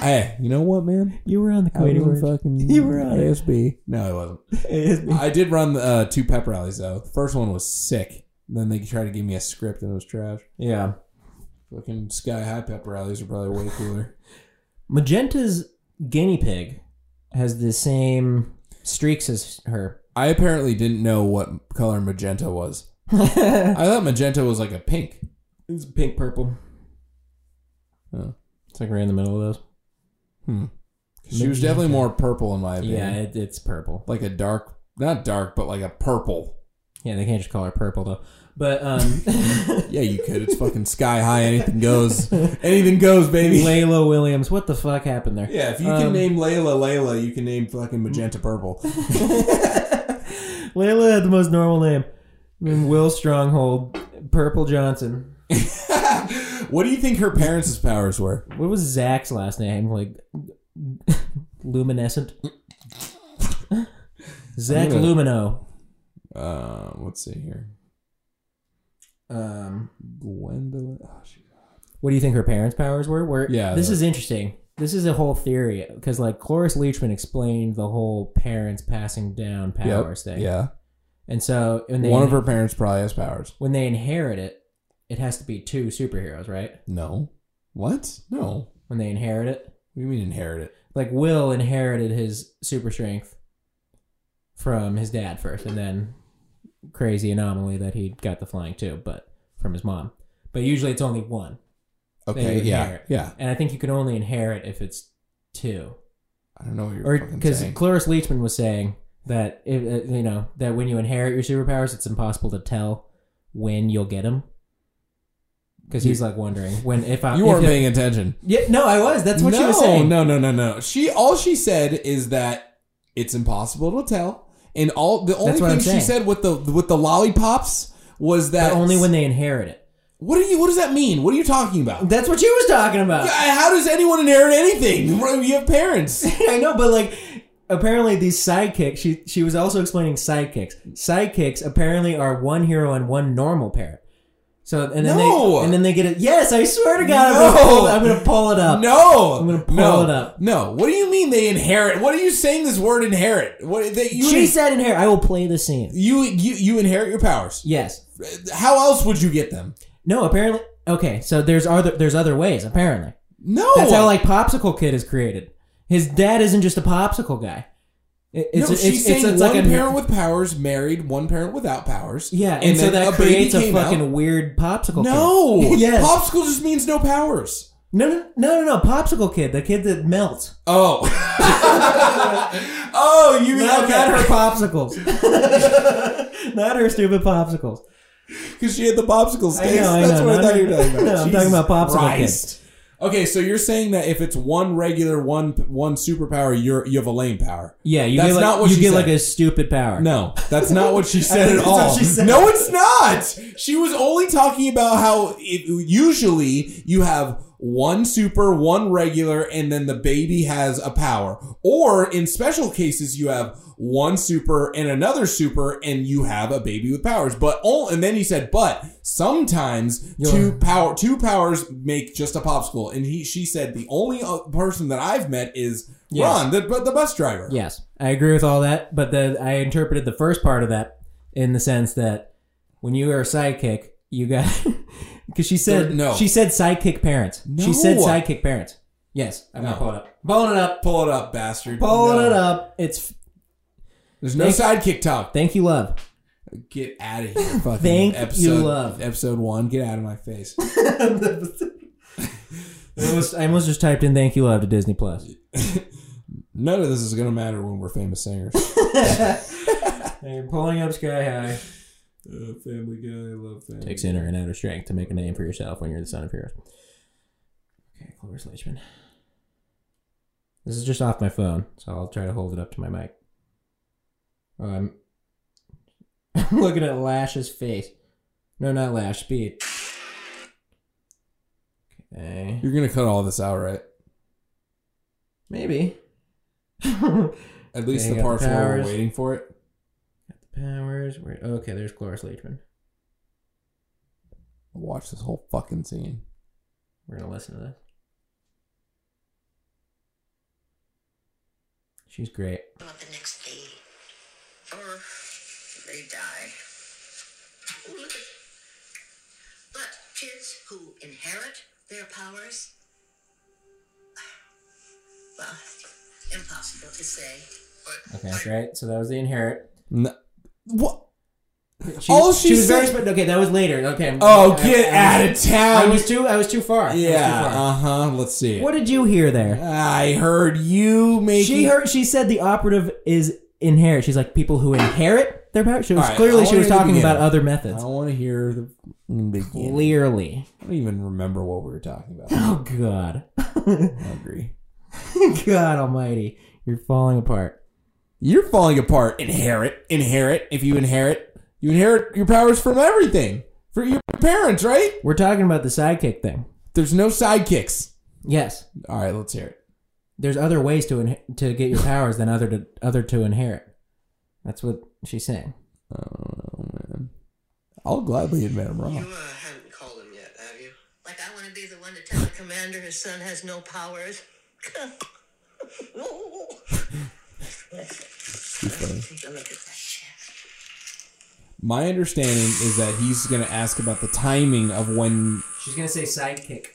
Hey, you know what, man? You were on the I committee. was Word. fucking You were on it. ASB. No, I wasn't. I did run uh, two pep rallies though. The first one was sick. Then they tried to give me a script and it was trash. yeah. Fucking sky high pep rallies are probably way cooler. Magenta's guinea pig has the same streaks as her. I apparently didn't know what color magenta was. I thought magenta was like a pink. It's pink purple. Oh. It's like right in the middle of those. She was definitely more purple in my opinion. Yeah, it, it's purple. Like a dark, not dark, but like a purple. Yeah, they can't just call her purple though. But um, Yeah, you could. It's fucking sky high. Anything goes. Anything goes, baby. Layla Williams, what the fuck happened there? Yeah, if you can name Layla Layla, you can name fucking magenta purple. Layla had the most normal name. And Will Stronghold, Purple Johnson. what do you think her parents' powers were? What was Zach's last name? Like luminescent. Zach I'm gonna- Lumino. Uh, let's see here. Um, Gwendolyn. Oh, she- what do you think her parents' powers were? Were Yeah, This the- is interesting. This is a whole theory because like Cloris Leachman explained the whole parents passing down Yep, powers thing. Yeah. And so when they One of her parents probably has powers. when they inherit it, it has to be two superheroes, right? No. What? No. When they inherit it, What do you mean inherit it? like Will inherited his super strength from his dad first, and then crazy anomaly that he got the flying too, but from his mom. But usually it's only one, Okay. you Yeah. inherit. Yeah. and I think you can only inherit if it's two, I don't know what you're or fucking because saying. Cloris Leachman was saying that if, uh, you know that when you inherit your superpowers, it's impossible to tell when you'll get them. Because he's like wondering when if I you if weren't it- paying attention. yeah no I was that's what no, she was saying No, no, no, no. She all she said is that it's impossible to tell, and all the only That's what thing I'm she saying. said with the with the lollipops was that but only when they inherit it What are you? What does that mean? What are you talking about? that's what she was talking about How does anyone inherit anything? You have parents. I know, but like apparently these sidekicks she she was also explaining sidekicks. Sidekicks apparently are one hero and one normal parent. So and then No. they and then they get it. Yes, I swear to God, No. I'm, gonna pull, I'm gonna pull it up. No, I'm gonna pull no, it up. No, what do you mean they inherit? What are you saying? This word inherit? What that you she said in here, I will play the scene. you you you inherit your powers? Yes. How else would you get them? No. Apparently, okay. So there's other there's other ways. Apparently, No, that's how like popsicle kid is created. His dad isn't just a popsicle guy. It- No, It's, it's, she's it's, saying it's, one like a parent with powers married, one parent without powers. yeah, and, so then that baby creates a came out. fucking weird popsicle. No, kid. yes. popsicle just means no powers. No, no, no, no, no, popsicle kid, the kid that melts. Oh, oh, you mean Not, not her okay? popsicles. not her stupid popsicles. Because she had the popsicle I sticks. know, I That's know, what I not thought her- you were talking about. No, I'm talking Jesus about popsicle kid. Christ. Okay, so you're saying that if it's one regular, one one superpower, you're you have a lame power. Yeah, you That's get like not what you she get said. like a stupid power. No, that's not what she I said think at that's what all. she said. No, it's not. She was only talking about how it, usually you have one super, one regular, and then the baby has a power. Or in special cases, you have one super and another super, and you have a baby with powers. But all, and then he said, but sometimes Yeah. two power, two powers make just a popsicle. And he, she said, the only uh, person that I've met is Yes. Ron, the, the bus driver. Yes, I agree with all that, but the, I interpreted the first part of that in the sense that when you are a sidekick, you got because she said There- no. she said sidekick parents. No. She said sidekick parents. Yes, I'm No. gonna pull it up. Pulling it up. Pull it up, bastard. Pulling No. it up. It's There's no sidekick talk. thank you, love. Get out of here, fucking Thank you, episode, love. Episode one. Get out of my face. I almost, I almost just typed in "thank you love" to Disney Plus. None of this is gonna matter when we're famous singers. You're pulling up sky high. uh, family Guy, I love Family. Takes inner and outer strength to make a name for yourself when you're the son of heroes. Okay, Clovis Leachman. This is just off my phone, so I'll try to hold it up to my mic. Oh, I'm I'm looking at Lash's face. No, not Lash. Speed. Okay. You're gonna cut all this out, right? Maybe. Got At least Yeah, you the got parts the where we're powers. waiting for it. the powers. Where, okay, there's Cloris Leachman. Watch this whole fucking scene. We're gonna listen to this. She's great. about the next day. Or Oh, they die. Oh, look at. But kids who inherit their powers, well, impossible to say. But Okay, right. So that was the inherit. No, what? She, All she was very said- spe- okay. That was later. Okay. Oh, I- get I, out of town. I was, I was too. I was too far. I was too yeah. far. Uh huh. Let's see. What did you hear there? I heard you making. She heard. She said the operative is inherit. She's like people who inherit Their power. She was All right, I clearly she wanna was hear the talking about beginning. other I methods. don't want to hear the beginning. Clearly. I don't even remember what we were talking about. Oh God. I'm hungry. God Almighty, you're falling apart. You're falling apart. Inherit, inherit. If you inherit, you inherit your powers from everything, from your parents, right? We're talking about the sidekick thing. There's no sidekicks. Yes, All right, let's hear it. there's other ways to in- to get your powers than other to other to inherit. That's what she's saying. Oh man, I'll gladly admit I'm You wrong. uh, haven't called him yet, have you? Like, I want to be the one to tell the commander his son has no powers. Too funny. Take a look at that chest. My understanding is that he's going to ask about the timing of when. She's gonna say sidekick.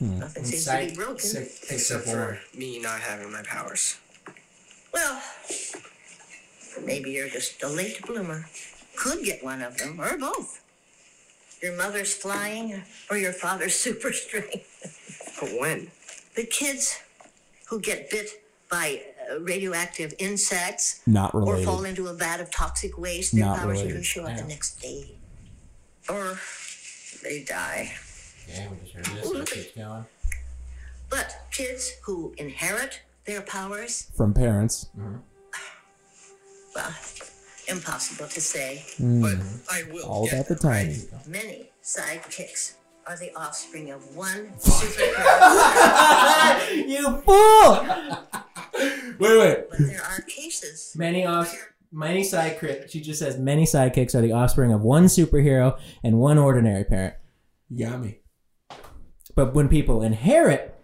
Nothing seems to be broken. except for me not having my powers. Well, maybe you're just a late bloomer. Could get one of them, or both. Your mother's flying, or your father's super strength. But when? The kids who get bit by uh, radioactive insects Not or related. fall into a vat of toxic waste, their Not powers usually related. show up the next day. Or they die. Yeah, we just heard this. It keeps going. But kids who inherit their powers, from parents. well, impossible to say. But I will. Hmm. All get about the them, right? timing. Many sidekicks are the offspring of one superhero, You fool! Wait, wait. but there are cases. Many off, many sidekick. She just says many sidekicks are the offspring of one superhero and one ordinary parent. You got me. But when people inherit,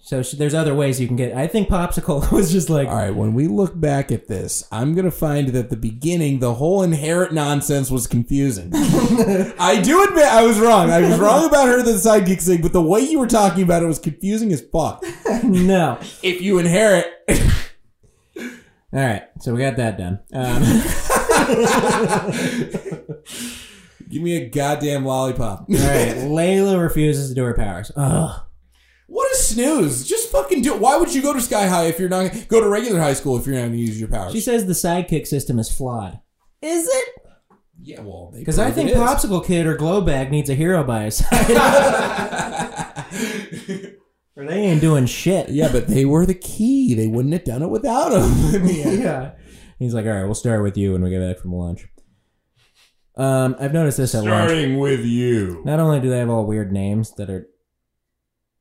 so sh there's other ways you can get. I think popsicle was just like All right, when we look back at this, I'm going to find that the beginning, the whole inherent nonsense was confusing. I do admit I was wrong. I was wrong about her, the sidekick thing, but the way you were talking about it was confusing as fuck. no. If you inherit. All right, so we got that done. Um, Give me a goddamn lollipop. all right, Layla refuses to do her powers. Ugh. What a snooze. Just fucking do it. Why would you go to Sky High if you're not go to regular high school if you're not going to use your powers? She says the sidekick system is flawed. Is it? yeah, well, they Because I prove think it is. popsicle kid or glow bag needs a hero by his side, or they ain't doing shit. yeah, but they were the key. They wouldn't have done it without him. in the end. yeah. He's like, all right, we'll start with you when we get back from lunch. Um, I've noticed this at lunch. with you. Not only do they have all weird names that are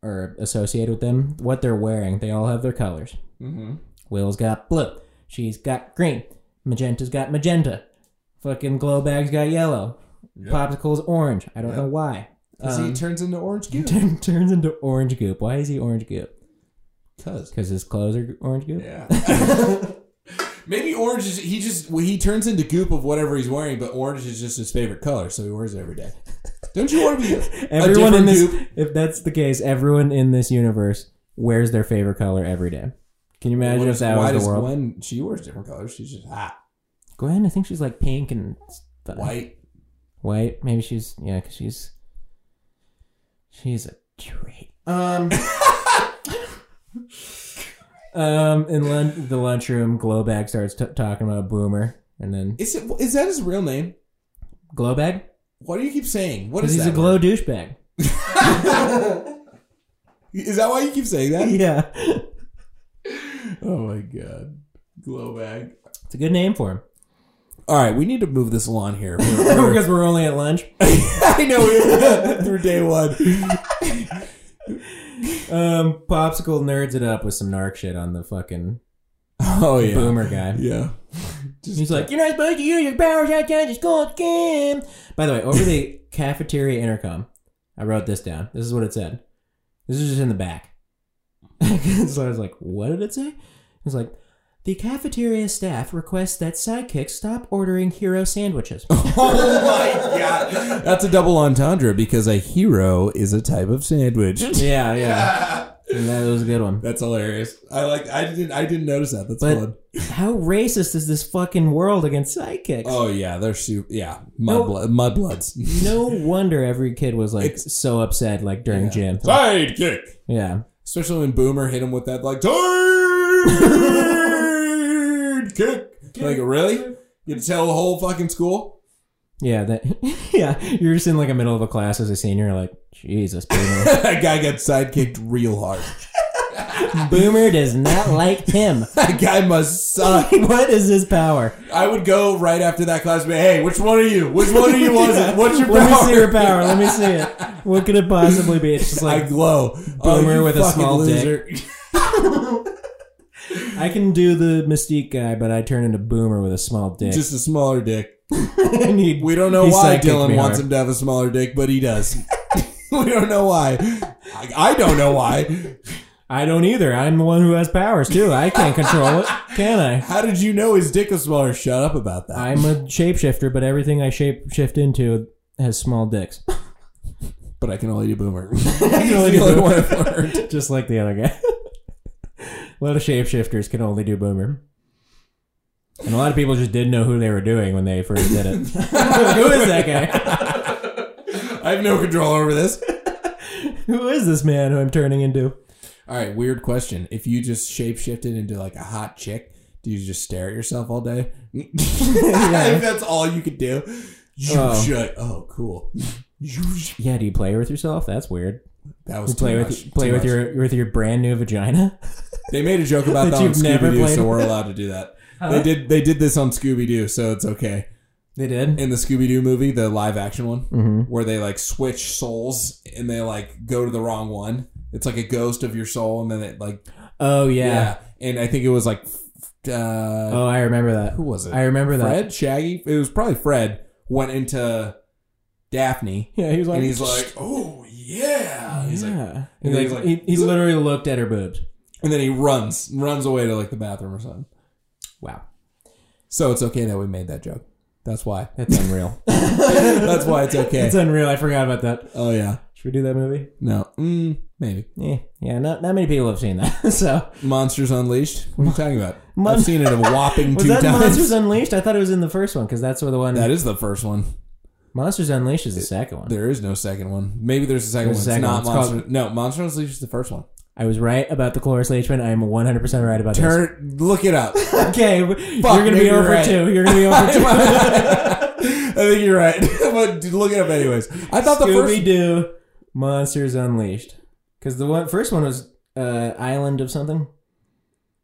are associated with them, what they're wearing, they all have their colors. Mm-hmm. Will's got blue. She's got green. Magenta's got magenta. Fucking glow bag's got yellow. Popsicle's orange. I don't know why. he Um, turns into orange goop. turn- turns into orange goop. Why is he orange goop? Cause Because his clothes are orange goop. yeah. Maybe orange is he just well, he turns into goop of whatever he's wearing, but orange is just his favorite color, so he wears it every day. Don't you want to be a Everyone different in this, goop? if that's the case, everyone in this universe wears their favorite color every day. Can you imagine if that Why was does the world? Gwen? Gwen? She wears different colors. She's just hot, I think she's like pink and stuff. white. White. Maybe she's yeah, 'cause she's she's a treat. Um, Um, in lun- the lunchroom, Glowbag starts t- talking about Boomer, and then is it is that his real name? Glowbag What do you keep saying? What because is he's a that? glow douchebag. is that why you keep saying that? yeah, Oh my god, glow bag. it's a good name for him All right, we need to move this along here. because we're only at lunch. I know through day one. Um, Popsicle nerds it up with some narc shit on the fucking Oh yeah, Boomer guy. Yeah, Just- He's like, you're not supposed to use your powers outside the school game. By the way, over the cafeteria intercom, I wrote this down. This is what it said. This is just in the back. so I was like, what did it say? It was like, the cafeteria staff requests that sidekicks stop ordering hero sandwiches. oh my god, that's a double entendre because a hero is a type of sandwich. yeah, yeah. And that was a good one. That's hilarious. I like. I didn't. I didn't notice that. That's But- fun. How racist is this fucking world against sidekicks? Oh yeah, they're super. Yeah, mud No. blood, mudbloods. No wonder every kid was like so upset, like during gym. Sidekick. Yeah. Especially when Boomer hit him with that like side kick. Like really? You tell the whole fucking school. Yeah, that. Yeah, you're just in like the middle of a class as a senior, like Jesus, boomer. that guy got sidekicked real hard. boomer does not like him. That guy must suck. what is his power? I would go right after that class. and Be, hey, which one are you? Which one of you was it? What's your Let me power? see your power. Let me see it. What could it possibly be? It's just I like glow. Oh, Boomer you with a fucking small dick. dick. I can do the Mystique guy, but I turn into Boomer with a small dick. Just a smaller dick. I need- We don't know He why sidekicked Dylan me wants hard. him to have a smaller dick, but he does. we don't know why. I, I don't know why. I don't either. I'm the one who has powers too. I can't control it, can I? How did you know his dick was smaller? Shut up about that. I'm a shapeshifter, but everything I shape shift into has small dicks. but I can only do boomer. can He's only the do only Boomer. one I've learned. Just like the other guy. a lot of shapeshifters can only do Boomer. And a lot of people just didn't know who they were doing when they first did it. who is that guy? I have no control over this. Who is this man who I'm turning into? All right, weird question. If you just shapeshifted into like a hot chick, do you just stare at yourself all day? if that's all you could do, you Oh. should. Oh, cool. You sh- Yeah, do you play with yourself? That's weird. That was You too play much, with play too with much. your with your brand new vagina. They made a joke about That that, on you've never Scooby Doo, played so with. we're allowed to do that. They did. They did this on Scooby Doo, so it's okay. They did. In the Scooby Doo movie, the live action one, Mm-hmm. where they like switch souls and they like go to the wrong one. It's like a ghost of your soul, and then it like Oh yeah. yeah. And I think it was like, f- uh, Oh, I remember that. who was it? I remember that. Fred Shaggy. It was probably Fred went into Daphne, Yeah, he was like, and he's like, "Oh yeah!" He's like, yeah. and then Like, he's like- he, he literally looked at her boobs. and then he runs, runs away to like the bathroom or something. Wow, So it's okay that we made that joke. That's why. that's unreal. That's why it's okay. It's unreal. I forgot about that. oh yeah. Should we do that movie? No. Mm, maybe. Yeah, Eh, yeah. Not not many people have seen that. so Monsters Unleashed. What are you talking about? Mon- I've seen it a whopping was two that times. Monsters Unleashed? I thought it was in the first one because that's where the one that is the first one. Monsters Unleashed is the second one. There is no second one. Maybe there's a second There's a one. second it's one. not It's Monster. no, Monster Unleashed is the first one. I was right about the Cloris Leachman. I am one hundred percent right about this. Turn. Look it up. Okay, you're gonna maybe be you're over right. two. You're gonna be over two. I think you're right. but look it up anyways. I thought the Scooby first. Doo Monsters Unleashed because the one first one was uh, Island of something.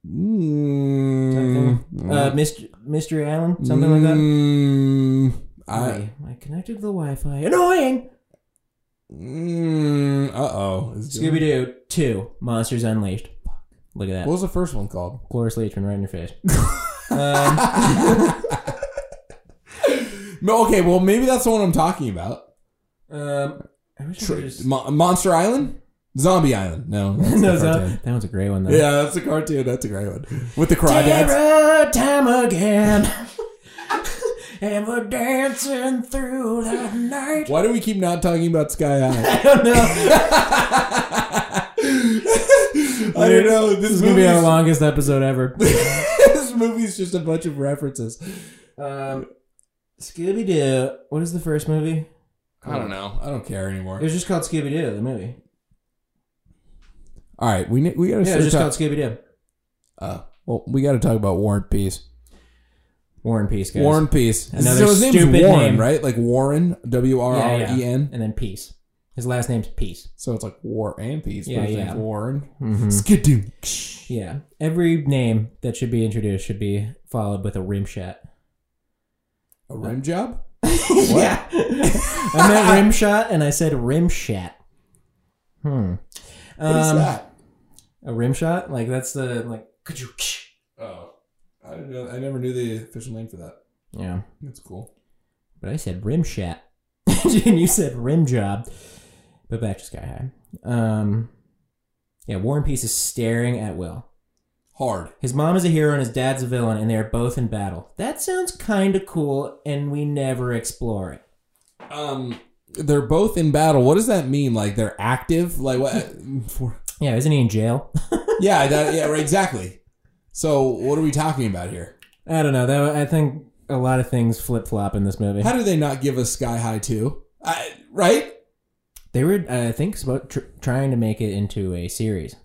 Mm, Uh, Mystery, Mystery Island, something like that. Mm, I. I, I connected to the Wi-Fi. Annoying. Mm, uh oh. Scooby Doo Two Monsters Unleashed. Look at that. What was the first one called? Cloris Leachman right in your face. um, No, okay, well maybe that's the one I'm talking about. um, I wish I Tr- could just. Mo- Monster Island, Zombie Island. No, that's No, a cartoon. that, that one's a great one though. yeah, that's a cartoon. That's a great one with the crawdads. Terror time again. and we're dancing through the night. Why do we keep not talking about Sky High? I don't know. I don't know. This, This is movie's, gonna be our longest episode ever. this movie's just a bunch of references. Um, Scooby Doo. What is the first movie? I Uh, don't know. I don't care It anymore. was just called Scooby Doo. The movie. All right, we ne- we Yeah, it gotta was start just talk- called Scooby Doo. uh, well, we gotta talk about War and Peace. War and Peace, guys. War and Peace. Another so his name's stupid Warren, name. right? Like Warren, W R R Yeah, E yeah. N. and then Peace. His last name's Peace. So it's like War and Peace. but Yeah, his yeah. name's Warren. Skidoo. Yeah. Every name that should be introduced should be followed with a rim shot. A rim job? Yeah. I meant rim shot and I said rim shat. Hmm. What is Um, that? A rim shot? Like that's the like Oh, I didn't know. I never knew the official name for that. Yeah. That's cool. But I said rim shat. and you said rim job. But back to Sky High. Um Yeah, War and Peace is staring at Will. Hard. His mom is a hero and his dad's a villain, and they are both in battle. That sounds kind of cool, and we never explore it. Um, they're both in battle. What does that mean? Like they're active? Like what? For, Yeah, isn't he in jail? yeah, that, yeah, right, exactly. So what are we talking about here? I don't know. That I think a lot of things flip flop in this movie. How do they not give us Sky High two? I, right? They were, uh, I think, about tr- trying to make it into a series.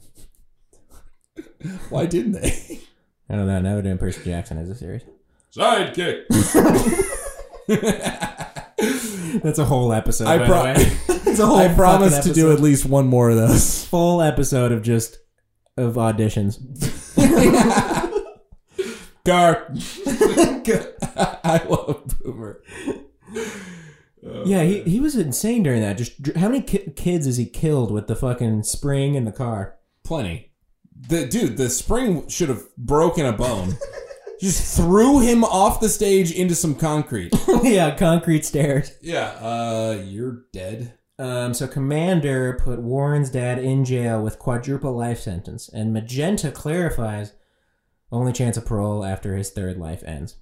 Why didn't they? I don't know. Now they're doing Percy Jackson as a series. Sidekick. That's a whole episode. I, by the pro- way. it's a whole I promise fucking to do episode. at least one more of those. full episode of just of auditions. Gar. I love Boomer. Yeah, he, he was insane during that. Just dr- how many ki- kids has he killed with the fucking spring in the car? Plenty. The dude, the spring should have broken a bone. Just threw him off the stage into some concrete. yeah, concrete stairs. yeah. Uh, you're dead. Um, so Commander put Warren's dad in jail with quadruple life sentence, and Magenta clarifies only chance of parole after his third life ends.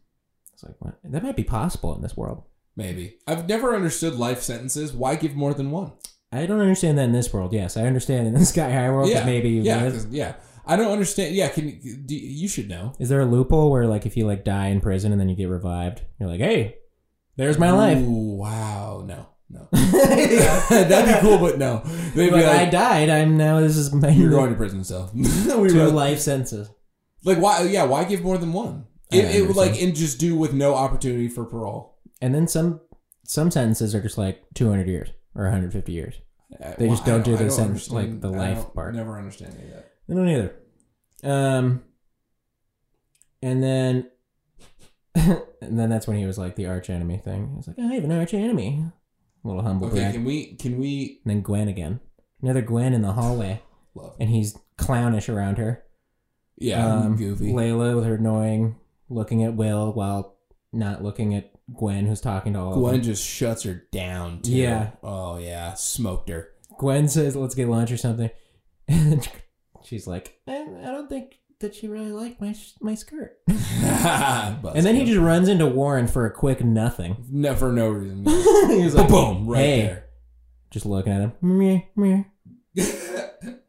It's like what? that might be possible in this world. Maybe. I've never understood life sentences. Why give more than one? I don't understand that in this world. Yes, I understand in the Sky High world. yeah. but maybe you yeah. live. 'cause- Yeah. I don't understand. Yeah. Can do, you should know. Is there a loophole where like if you like die in prison and then you get revived, you're like, hey, there's my life. Ooh, wow. No. No. That'd be cool, but no. They'd But be I like, died. I'm now. This is my you're going to prison still. we two wrote- life sentences. Like why? Yeah, why give more than one? I It, it would, understand. like and just do with no opportunity for parole. And then some some sentences are just like 200 years or 150 years. Uh, They just why? don't I do the sentence, understand- like, the I life don't- part. Never understand any of that. I don't either. Um, and then and then that's when he was like the arch enemy thing. He was like, I have an arch enemy. little humble Okay, brag. can we? Can we? and then Gwen again. Another Gwen in the hallway, Love. and he's clownish around her. Yeah, um, goofy. Layla with her annoying looking at Will while not looking at Gwen, who's talking to all of them. Gwen just shuts her down. Too. Yeah. Oh yeah, smoked her. Gwen says, "Let's get lunch or something," and she's like, "I, I don't think that she really liked my sh- my skirt." and then he just runs into Warren for a quick nothing. just for no reason. He's like, boom! Right "Hey." there. just looking at him, meh, meh.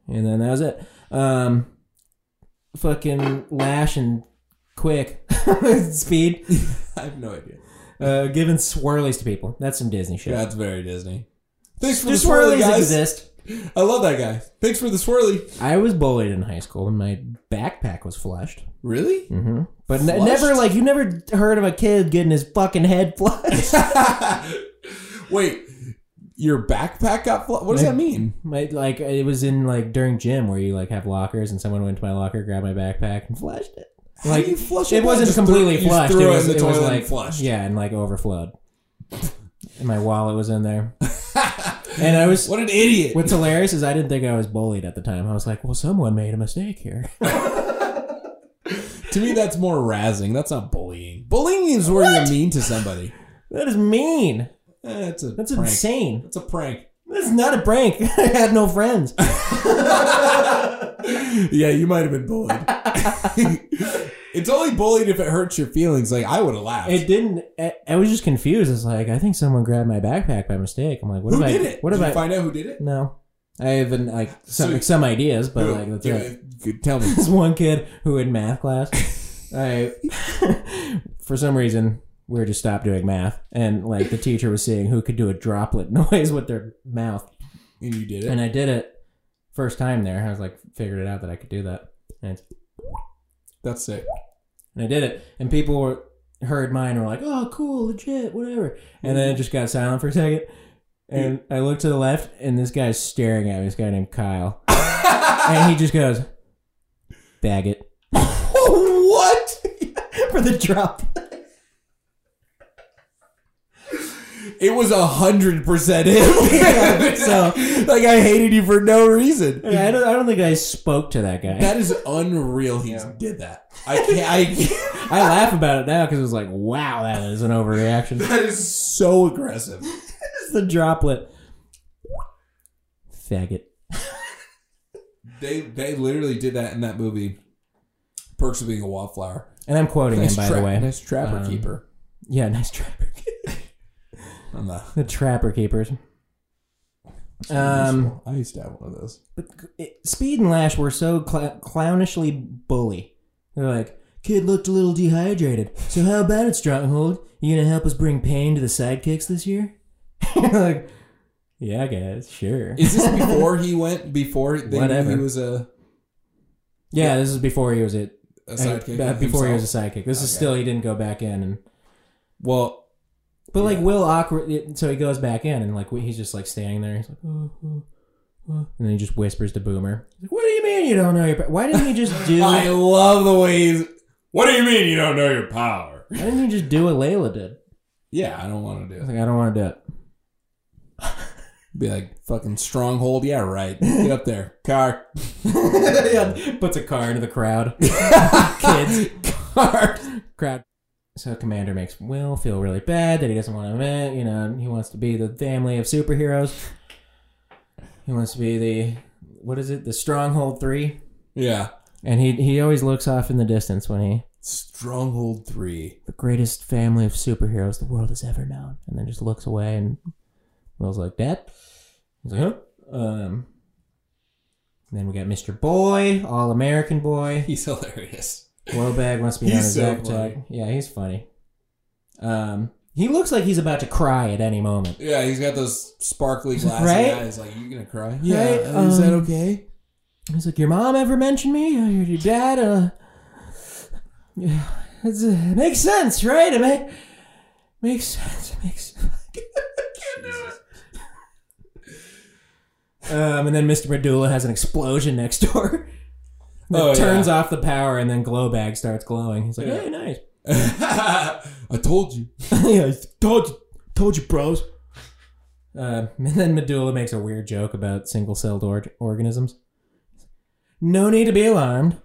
and then that was it. Um, fucking lash and quick speed, I have no idea. uh, giving swirlies to people. That's some Disney shit. That's very Disney. Thanks for Do the swirly, swirlies guys. exist? I love that guy. Thanks for the swirly. I was bullied in high school, and my backpack was flushed. Really? Mm-hmm. But ne- Flushed? never like you never heard of a kid getting his fucking head flushed. Wait, your backpack got fl- What does My- that mean? my like it was in like during gym where you like have lockers and someone went to my locker, grabbed my backpack, and flushed it. How Mm-hmm. Like, do you flush a It bag? wasn't Just completely threw- you flushed. threw it was, in the it was, toilet and like flushed. yeah, and like overflowed. and my wallet was in there, and I was. What an idiot! What's hilarious is I didn't think I was bullied at the time. I was like, well, someone made a mistake here. to me, that's more razzing. That's not bullying. Bullying is where you're mean to somebody. that is mean. Eh, That's a That's prank. insane. That's a prank. That's not a prank. I had no friends. yeah, you might have been bullied. it's only bullied if it hurts your feelings. Like I would have laughed. It didn't. I, I was just confused. It's like I think someone grabbed my backpack by mistake. I'm like, what who if did I? it? What did if you I? find out who did it? no, I have an, like some So- like, some ideas, but Who? like that's Give it. it- g- Tell me. This one kid who in math class, I for some reason we were just stopped doing math, and like the teacher was seeing who could do a droplet noise with their mouth, and you did it. and I did it first time there. I was like figured it out that I could do that, and it's That's sick. and I did it, and people were heard mine and were like, "Oh, cool, legit, whatever." And then it just got silent for a second, and I looked to the left, and this guy's staring at me. This guy named Kyle, and he just goes, "Bag it what? for the drop." It was a hundred percent him. Yeah, I think so. like I hated you for no reason. And I don't, I don't think I spoke to that guy. That is unreal. He did that. I can't. I can't. I laugh about it now because it was like, "Wow, that is an overreaction." That is so aggressive. it's the droplet. Faggot. They they literally did that in that movie, Perks of Being a Wallflower. And I'm quoting him, by the tra- way. nice trapper Um, keeper. Yeah, nice trapper. I'm the the trapper keepers. Um, I used to have one of those. But it, Speed and Lash were so cl- clownishly bully. They're like, kid looked a little dehydrated. So how about it, Stronghold? You gonna help us bring pain to the sidekicks this year? like, yeah, guys, sure. Is this before he went? Before they, knew Whatever. he was a yeah, this is before he was at a sidekick? Uh, before he was a himself? sidekick. This is Okay. still he didn't go back in and Well, but like Will awkward it- so he goes back in and like he's just like standing there. He's like "Oh, oh, oh," and then he just whispers to Boomer. He's like, "What do you mean you don't know your? Pa-? Why didn't you just do? I why love the way he's. What do you mean you don't know your power? didn't you just do what Layla did?" Yeah, I don't want to do He's it. like, "I don't want to do it." Be like fucking stronghold. Yeah, right. Get up there, car. yeah, puts a car into the crowd. Kids, car, crowd. So Commander makes Will feel really bad that he doesn't want to, admit, you know, he wants to be the family of superheroes. He wants to be the what is it, the Stronghold Three, Yeah, and he he always looks off in the distance when he stronghold three. the greatest family of superheroes the world has ever known, and then just looks away and Will's like, Dad? He's like, huh? Um. Then we got Mr. Boy, All American Boy. He's hilarious. Blowbag must be He's on his so Zach funny. Tag. Yeah, he's funny. Um, he looks like he's about to cry at any moment. Yeah, he's got those sparkly glassy Right? eyes. Like, you gonna cry? Right, is that um, okay? He's like, "Your mom ever mentioned me? Uh, Your, your dad?" Uh, yeah, it's, uh, it makes sense, right? It ma- makes sense. It makes. um, and then Mr. Medulla has an explosion next door. It Oh, turns off the power, and then Glowbag starts glowing. He's like, Yeah. "Hey, nice." I told you. yeah, I told you, told you, bros. Uh, and then Medulla makes a weird joke about single-celled or- organisms. No need to be alarmed,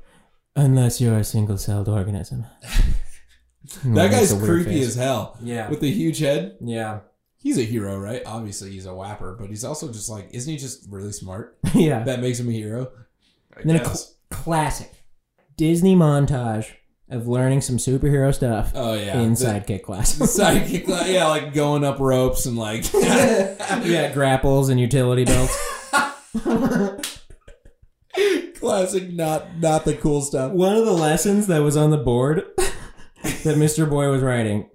unless you're a single-celled organism. That Makes guy's a weird creepy face. as hell. Yeah. With the huge head. yeah, He's a hero, right? Obviously, he's a whapper, but he's also just like, isn't he just really smart? yeah. That makes him a hero. I And then a guess. cl- classic Disney montage of learning some superhero stuff oh, yeah. in The- sidekick class. Psychic, like, yeah, like going up ropes and like, yeah, grapples and utility belts. classic, not not the cool stuff. One of the lessons that was on the board that Mr. Boy was writing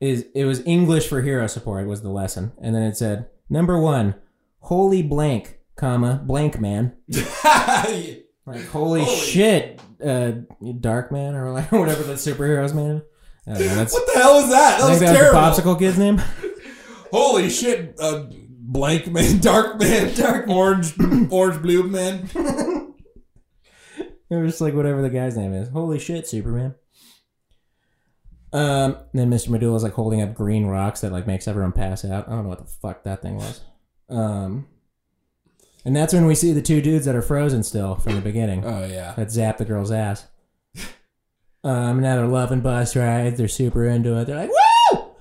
is it was English for hero support was the lesson, and then it said number one, holy blank, comma blank man, like holy, Holy- shit, uh, dark man or like- whatever the superheroes man. I don't know, that's, what the hell was that? That I was think that terrible. was the popsicle kid's name. Holy shit! Uh, blank man, dark man, dark orange, orange blue man. It was just like whatever the guy's name is. Holy shit, Superman. Um, then Mr. Medulla's like holding up green rocks that like makes everyone pass out. I don't know what the fuck that thing was. Um, and that's when we see the two dudes that are frozen still from the beginning Oh yeah, that zap the girl's ass. Um, now they're loving bus rides. They're super into it. They're like, woo!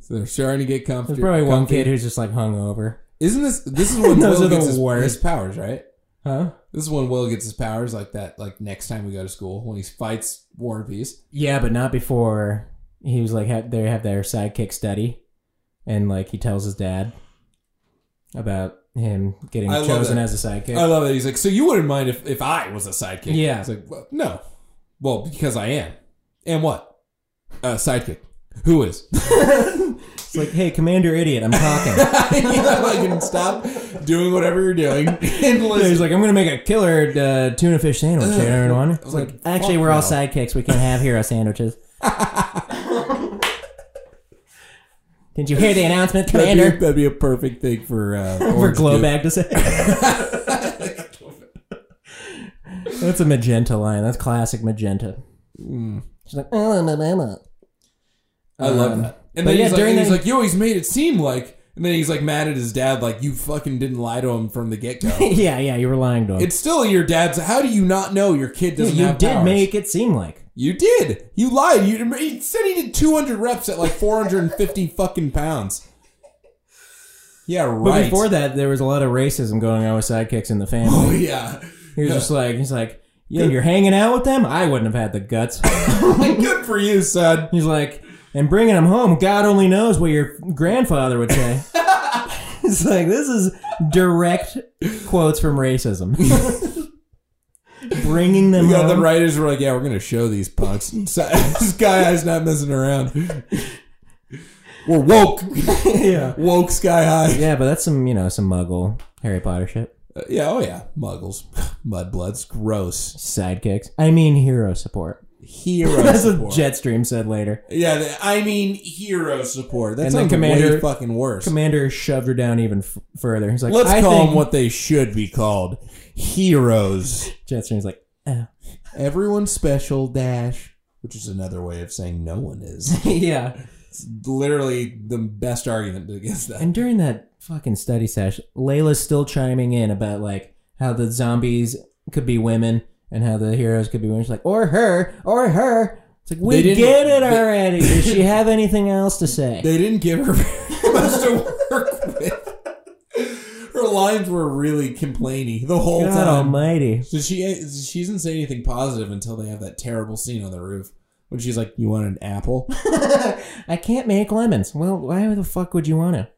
so they're starting to get comfy. There's probably one comfy. kid who's just like hungover. Isn't this? This is when Those Will are the gets his, worst. his powers, right? Huh? This is when Will gets his powers, like that. Like next time we go to school, when he fights War and Peace. Yeah, but not before he was like had they have their sidekick study, and like he tells his dad about him getting I love chosen that. Uh, as a sidekick. I love that. He's like, so you wouldn't mind if, if I was a sidekick? Yeah. It's like, well, no. Well, because I am. And what? A sidekick. Who is? it's like, hey, Commander Idiot, I'm talking. you know, I can stop doing whatever you're doing and So he's listen. like, I'm gonna make a killer uh, tuna fish sandwich. Ugh. Everyone, I it's was like, like, actually, fuck we're all no. sidekicks. We can't have hero sandwiches. Did you hear the announcement, That'd be, a, Commander? that'd be a perfect thing for uh, For Orange Duke. Glowback to say. That's a magenta line. That's classic magenta. She's like, oh, no, no, no." I love Um, that. And but then yeah, he's, like, during and he's the- like, you always made it seem like. And then he's like mad at his dad, like, you fucking didn't lie to him from the get go. yeah, yeah, you were lying to him. it's still your dad's. How do you not know your kid doesn't you have did powers? make it seem like. You did. You lied. You, you said he did 200 reps at like 450 fucking pounds. Yeah, right. But before that, there was a lot of racism going on with sidekicks in the family. oh yeah. He was just like, he's like, yeah, you're hanging out with them. I wouldn't have had the guts. Good for you, son. he's like, and bringing them home, God only knows what your grandfather would say. it's like this is direct quotes from racism. bringing them You got the home. writers were like, yeah, we're gonna show these punks. So- this guy is not messing around. We're woke, yeah, woke sky high. yeah, but that's some you know some Muggle Harry Potter shit. Uh, yeah, oh yeah, muggles, mudbloods, gross. Sidekicks. I mean, hero support. Hero That's support. what Jetstream said later. yeah, th- I mean hero support. That And then sounds way Commander- fucking worse. Commander shoved her down even f- further. He's like, Let's I call think, them what they should be called: heroes. Jetstream's like, oh. Everyone's special dash, which is another way of saying no one is. yeah. It's literally the best argument against that. And during that fucking study sesh, Layla's still chiming in about like how the zombies could be women and how the heroes could be women. She's like, or her, or her. It's like we They didn't- get it they- already. Does she have anything else to say? They didn't give her very much to work with. Her lines were really complaining the whole God time. Almighty. So she she doesn't say anything positive until they have that terrible scene on the roof when she's like, "You want an apple?" I can't make lemons. Well, why the fuck would you want to?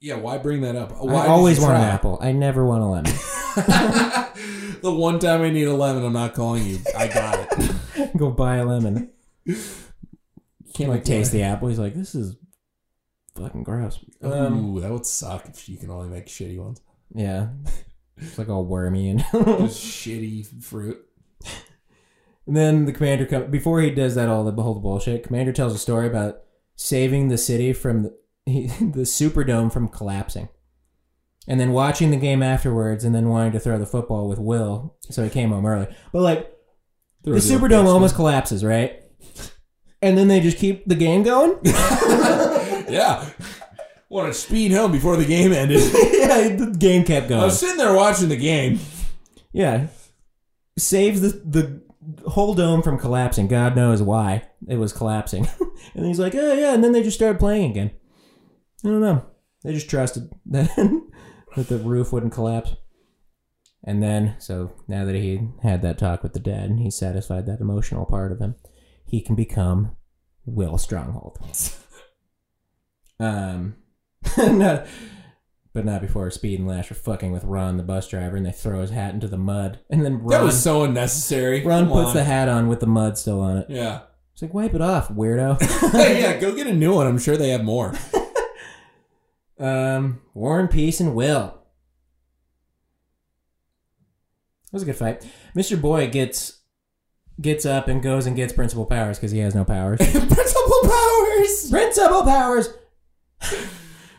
yeah, why bring that up? Why I did always you want an try? apple. I never want a lemon. the one time I need a lemon, I'm not calling you. I got it. Go buy a lemon. Can't like taste the apple. He's like, this is fucking gross. Um, Ooh, that would suck if you can only make shitty ones. yeah, it's like all wormy and. Just shitty fruit. And then the commander comes before he does that all the whole bullshit. Commander tells a story about saving the city from the, he, the Superdome from collapsing, and then watching the game afterwards, and then wanting to throw the football with Will, so he came home early. But like The the Superdome almost collapses, right? And then they just keep the game going. yeah. Want to speed home before the game ended. yeah, the game kept I going. was sitting there watching the game. Yeah. Saves the the whole dome from collapsing. God knows why it was collapsing. and he's like, oh yeah, and then they just started playing again. I don't know. They just trusted that that the roof wouldn't collapse. And then, so now that he had that talk with the dad and he satisfied that emotional part of him, he can become Will Stronghold. um, no, but not before Speed and Lash are fucking with Ron, the bus driver, and they throw his hat into the mud. And then Ron, That was so unnecessary. Ron Come puts on. the hat on with the mud still on it. Yeah. It's like, wipe it off, weirdo. yeah, go get a new one. I'm sure they have more. um, War and Peace and Will. That was a good fight. Mr. Boy gets gets up and goes and gets principal powers because he has no powers. Principal powers. principal powers.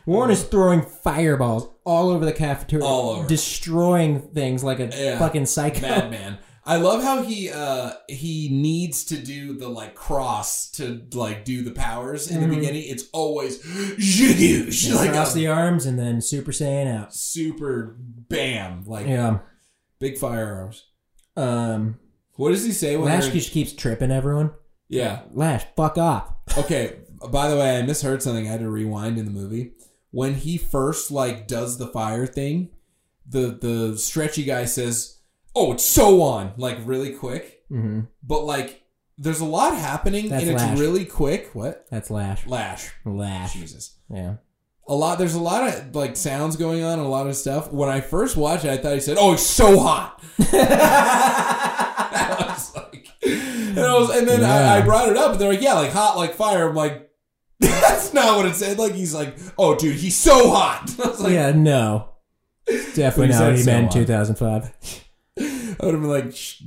Warren is throwing fireballs all over the cafeteria, All over. destroying things like a Yeah. fucking psycho. Madman. I love how he uh he needs to do the like cross to like do the powers in the beginning. It's always Zhigoosh, like Across a the arms and then Super Saiyan out. super bam, like Yeah. big firearms. Um, What does he say when Lash they're- just keeps tripping everyone. Yeah. Lash, fuck off. Okay. By the way, I misheard something. I had to rewind in the movie when he first like does the fire thing. The the stretchy guy says, "Oh, it's so on!" Like really quick, Mm-hmm. but like there's a lot happening That's and it's Lash. really quick. What That's Lash. lash? Lash. Jesus. Yeah. A lot. There's a lot of like sounds going on. A lot of stuff. When I first watched it, I thought he said, "Oh, it's so hot." I was like, and, I was, and then I, I Yeah. brought it up, and they're like, "Yeah, like hot, like fire." I'm like, "That's not what it said." Like he's like, "Oh, dude, he's so hot." I was like, yeah, no. Definitely Who not what said he so meant in on? 2005. I would have been like, "Shh,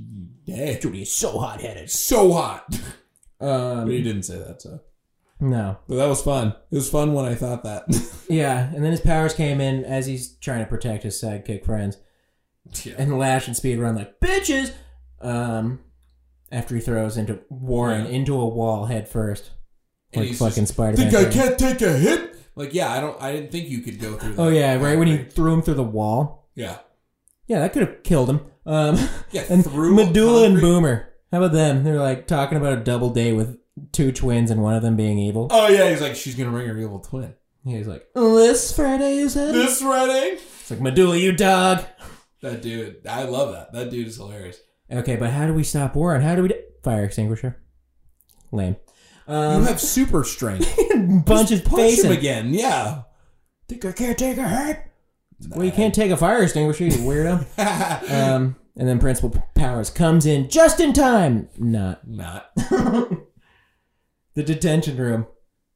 "Hey, Dude, he's so hot headed. so hot." But he Um, didn't say that, so. no. But that was fun. It was fun when I thought that. Yeah, and then his powers came in as he's trying to protect his sidekick friends. yeah. and Lash and Speed run like bitches. Um, after he throws into Warren Yeah. into a wall head first, And like he's fucking Spider Think I Man. can't take a hit? Like, yeah, I don't. I didn't think you could go through. that. Oh yeah, right when he threw him through the wall. Yeah. Yeah, that could have killed him. Um, Yeah, and through Medulla and concrete? Boomer. How about them? They're like talking about a double day with two twins and one of them being evil. Oh yeah, he's like, she's gonna ring her evil twin. He's like, "This Friday is it?" This Friday. It's like Medulla, you dog. That dude, I love that. That dude is hilarious. Okay, but how do we stop Warren? How do we do- fire extinguisher? Lame. you Um, have super strength. bunch of punch face him in. again. Yeah. Think I can't take a hit? Well, you can't take a fire extinguisher, you weirdo. can't. um, and then Principal Powers comes in just in time. Not Not. the detention room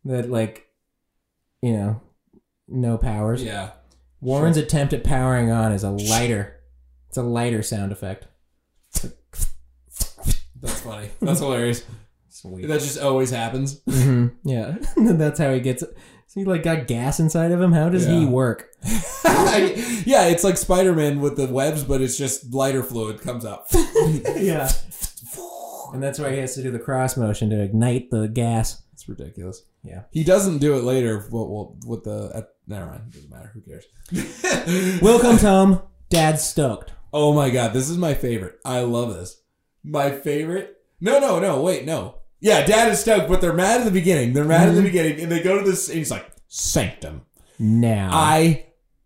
that, like, you know, no powers. Yeah. Warren's attempt at powering on is a lighter It's a lighter sound effect. That's funny. That's hilarious. Sweet. That just always happens. hmm Yeah, that's how he gets. It. So he like got gas inside of him. How does he Yeah. work? yeah, it's like Spider Man with the webs, but it's just lighter fluid comes out. yeah. And that's why he has to do the cross motion to ignite the gas. It's ridiculous. Yeah. He doesn't do it later. Well, well with the at, never mind. Doesn't matter. Who cares? Will comes home. Dad's stoked. Oh my god, this is my favorite. I love this. My favorite? No, no, no. Wait, no. Yeah, Dad is stoked, but they're mad at the beginning. They're mad at Mm-hmm. the beginning, and they go to this. And he's like, "Sanctum." Now I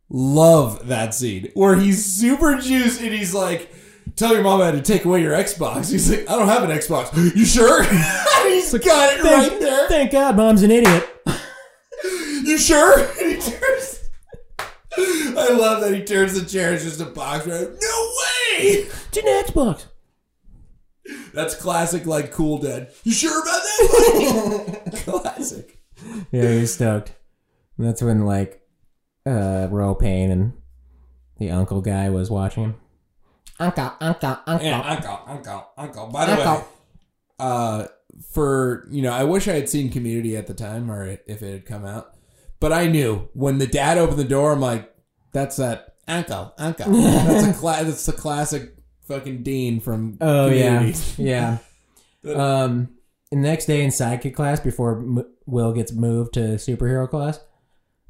love that scene where he's super juiced and he's like, "Tell your mom I had to take away your Xbox." He's like, "I don't have an Xbox." You sure? he's got it thank, right there. Thank God, mom's an idiot. You sure? And he turns. I love that he turns the chair. It's just a box. Right? No way. It's an Xbox. That's classic, like cool dad. You sure about that? classic. Yeah, he's stoked. And that's when like uh Ro Payne and the uncle guy was watching him. Uncle, uncle, uncle. Yeah, uncle, uncle, uncle. By the way, Uncle. uh, for you know, I wish I had seen Community at the time, or if it had come out. But I knew when the dad opened the door, I'm like, "That's that uncle, uncle." that's a cla- That's the classic fucking Dean from. Oh yeah, Community. yeah. um, the next day in sidekick class, before M- Will gets moved to superhero class,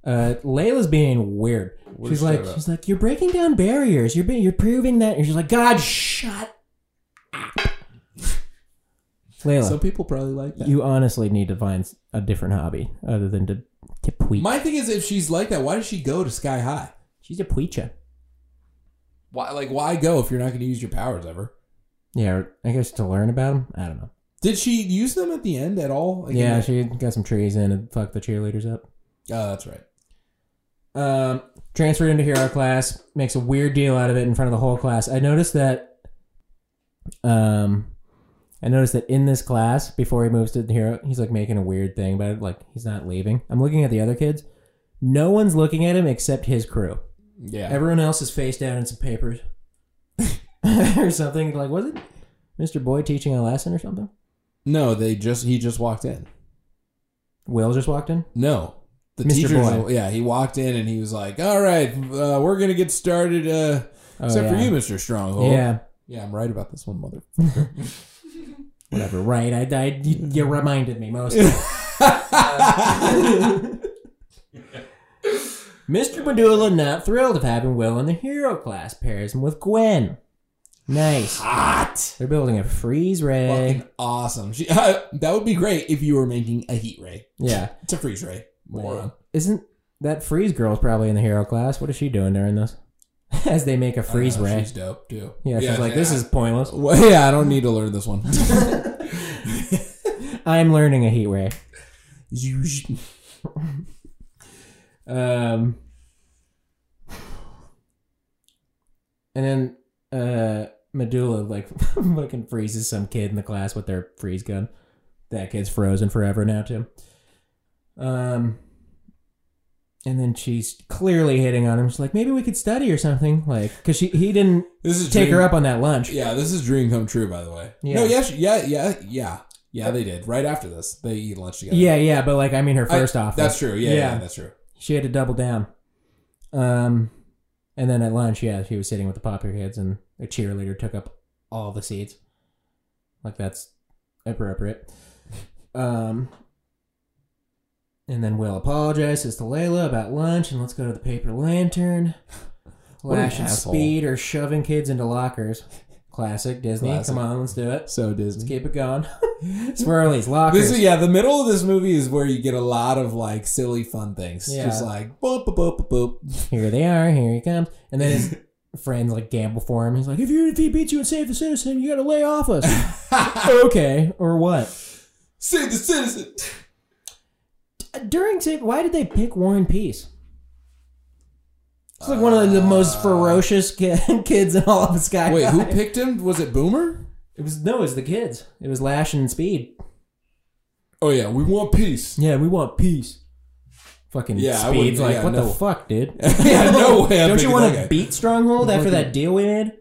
uh, Layla's being weird. What is she's she like, about? she's like, you're breaking down barriers. You're be- you're proving that. And she's like, God, shut up, Layla. Some people probably like that. you honestly need to find s- a different hobby other than to to tweet. My thing is, if she's like that, why does she go to Sky High? she's a tweetcha. Why, like, why go if you're not going to use your powers ever? Yeah, or I guess to learn about him. I don't know. Did she use them at the end at all? Like, in yeah, the- she got some trees in and fucked the cheerleaders up. Oh, that's right. um, transferred into hero class, makes a weird deal out of it in front of the whole class. I noticed that. Um, I noticed that in this class, before he moves to the hero, he's like making a weird thing about it. Like he's not leaving. I'm looking at the other kids. No one's looking at him except his crew. Yeah. Everyone else is face down in some papers or something. Like was it Mr. Boyd teaching a lesson or something? no, they just he just walked in. Will just walked in. No. The Mr. teacher, Boyd. yeah, he walked in and he was like, "All right, uh, we're gonna get started." Uh, Oh, except for yeah. you, Mister Stronghold. Yeah, yeah, I'm right about this one, mother. whatever. Right. I, I you, you reminded me most. Mr. Medulla not thrilled of having Will in the hero class pairs him with Gwen. Nice. Hot, They're building a freeze ray. fucking awesome. She, uh, that would be great if you were making a heat ray. Yeah. It's a freeze ray, moron. Isn't that freeze girl's probably in the hero class? What is she doing during this? As they make a freeze Uh, ray. She's dope too. Yeah, she's like, this is pointless. Well, yeah, I don't need to learn this one. I'm learning a heat ray. You sh- Um, and then uh, Medulla like fucking freezes some kid in the class with their freeze gun. That kid's frozen forever now too. Um, and then she's clearly hitting on him. She's like, maybe we could study or something, like because she he didn't this is take dream- her up on that lunch. Yeah, this is dream come true, by the way. Yeah. No, yeah, she- yeah, yeah, yeah, yeah. They did right after this. They eat lunch together. Yeah, yeah, but like I mean, her I- first off, that's true. Yeah, yeah, Yeah. that's true. she had to double down. Um, and then at lunch, yeah, she was sitting with the popular kids, and the cheerleader took up all the seats. Like that's appropriate. Um, and then Will apologizes to Layla about lunch, and let's go to the paper lantern. What an Lashing asshole. speed or shoving kids into lockers. Classic Disney. Classic. Come on, let's do it. So Let's Disney. keep it going. Swirlies, lockers. This is yeah. The middle of this movie is where you get a lot of like silly fun things. Yeah. Just like boop boop boop boop. boop. here they are, here he comes. And then his friends like gamble for him. He's like, if you if he beats you and save the citizen, you gotta lay off us. okay, or what? Save the citizen. During save, why did they pick War and Peace? It's like one of the most ferocious ki- kids in all of Sky. Uh. Wait, who High. picked him? Was it Boomer? It was no, it was the kids. It was Lash and Speed. Oh yeah, we want peace. Yeah, we want peace. Fucking Yeah, I Speed's like, wouldn't- yeah, what no. the fuck, dude? yeah, no way. I'm Don't you picking want that to guy. beat Stronghold after that deal we made?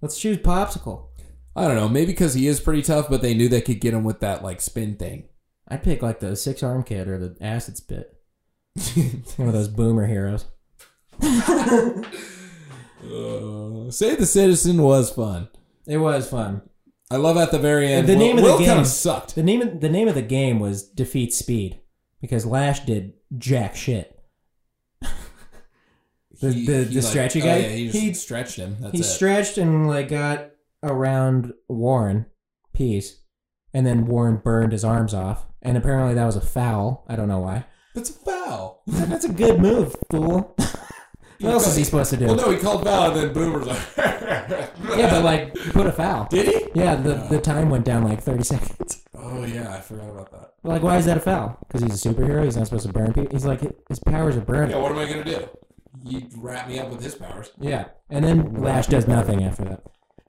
Let's choose popsicle. I don't know. Maybe because he is pretty tough, but they knew they could get him with that like spin thing. I'd pick like the six arm kid or the acid spit. One of those boomer heroes. Uh, Save the Citizen was fun. It was fun. I love at the very end. The Will- name of the Will kind game- of sucked. The name of, the name of the game was defeat speed because Lash did jack shit. The- the- the stretchy guy? Oh, yeah, he just He- stretched him. That's he it. stretched and like got around Warren piece, and then Warren burned his arms off. And apparently that was a foul. I don't know why. That's a foul. That's a good move, fool. what else is he supposed to do? Well, no, he called foul, and then Boomer's like, yeah, Yeah, but like put a foul. did he? Yeah, the, the time went down like 30 seconds. Oh yeah, I forgot about that. Like, why is that a foul? Because he's a superhero. He's not supposed to burn people. He's like, his powers are Yeah, burning. what am I gonna do? You wrap me up with his powers. Yeah. And then Lash does nothing after that.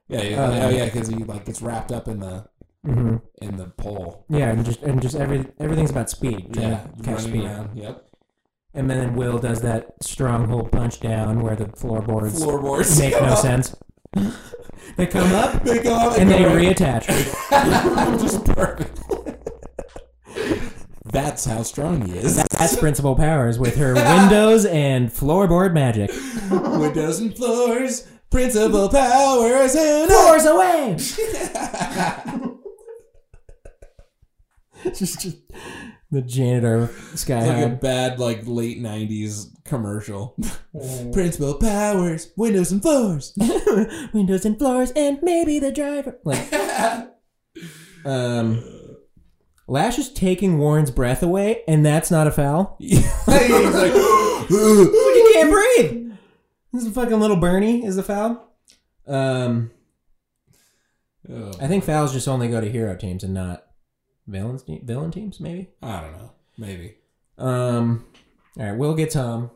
Yeah, yeah, Uh, oh yeah, because he like gets wrapped up in the hmm in the pole. Yeah, and just and just every everything's about speed. trying Yeah, to catch running speed. around. Yep, And then Will does that stronghold punch down where the floorboards floorboards make come no up. sense. they come up They go up and they go in. reattach. just perfect. That's how strong he is. That's Principal Powers with her windows and floorboard magic. Windows and floors, principal powers, and Doors away! just, just the janitor of Sky It's like a High. bad like late '90s commercial. Principal powers, windows and floors. Windows and floors, and maybe the driver. Like, um, Lash is taking Warren's breath away, and that's not a foul. He's like, You can't breathe. This is fucking little Bernie is the foul. Um, Oh, I think fouls just only go to hero teams and not villains. Villain teams, maybe. I don't know. Maybe. Um, all right, Will gets home.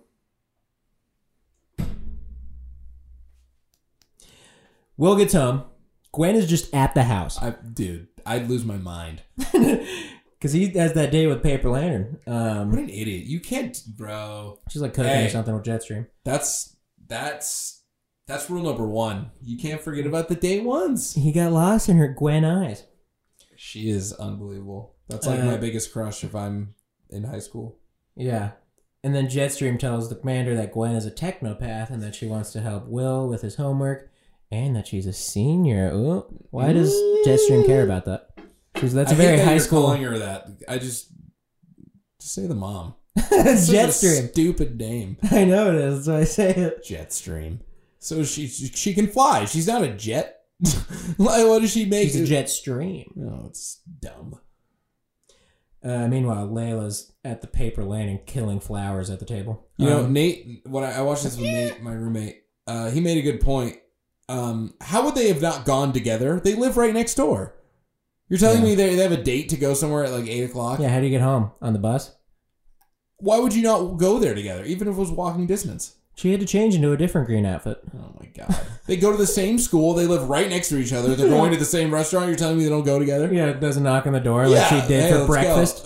Will gets home. Gwen is just at the house I dude, I'd lose my mind. because he has that day with Paper Lantern. What Um, an idiot! You can't, bro. she's like cooking Hey. or something with Jetstream. That's that's that's rule number one. You can't forget about the day ones. He got lost in her Gwen eyes. She is unbelievable. That's like Uh, my biggest crush if I'm in high school. Yeah. And then Jetstream tells the commander that Gwen is a technopath and that she wants to help Will with his homework and that she's a senior. Ooh. Why does Jetstream care about that? She's, that's I a hate very that high you're school. Calling her that, I just just say the mom. Such a Jetstream. stupid name. I know it is. That's why I say it. Jetstream. So she she can fly. She's not a jet. like, what does she make? She's a Jetstream. No, it's dumb. Uh, meanwhile, Layla's at the paper lane and killing flowers at the table. You know, Um, Nate. When I, I watched this with Nate, my roommate, uh, he made a good point. Um, how would they have not gone together? They live right next door. You're telling Yeah. me they, they have a date to go somewhere at like eight o'clock? yeah. How do you get home on the bus? Why would you not go there together, even if it was walking distance? She had to change into a different green outfit. Oh my god! they go to the same school. They live right next to each other. They're going to the same restaurant. You're telling me they don't go together? Yeah, doesn't knock on the door like she did hey, for let's breakfast. go.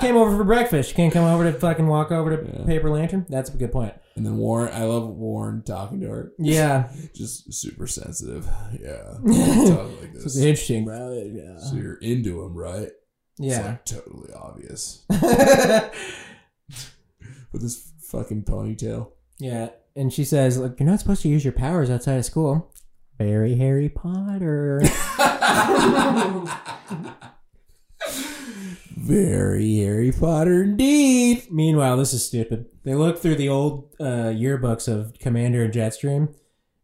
came over for breakfast. She can't come over to fucking walk over to Yeah. Paper Lantern. That's a good point. and then Warren, I love Warren talking to her. Yeah, Just super sensitive. Yeah. Talk like it's this. interesting, bro. Yeah, So you're into him, right? It's yeah. like totally obvious. With his fucking ponytail. yeah. And she says, "Like you're not supposed to use your powers outside of school." Very Harry Potter. Very Harry Potter indeed. Meanwhile, this is stupid. They look through the old uh, yearbooks of Commander and Jetstream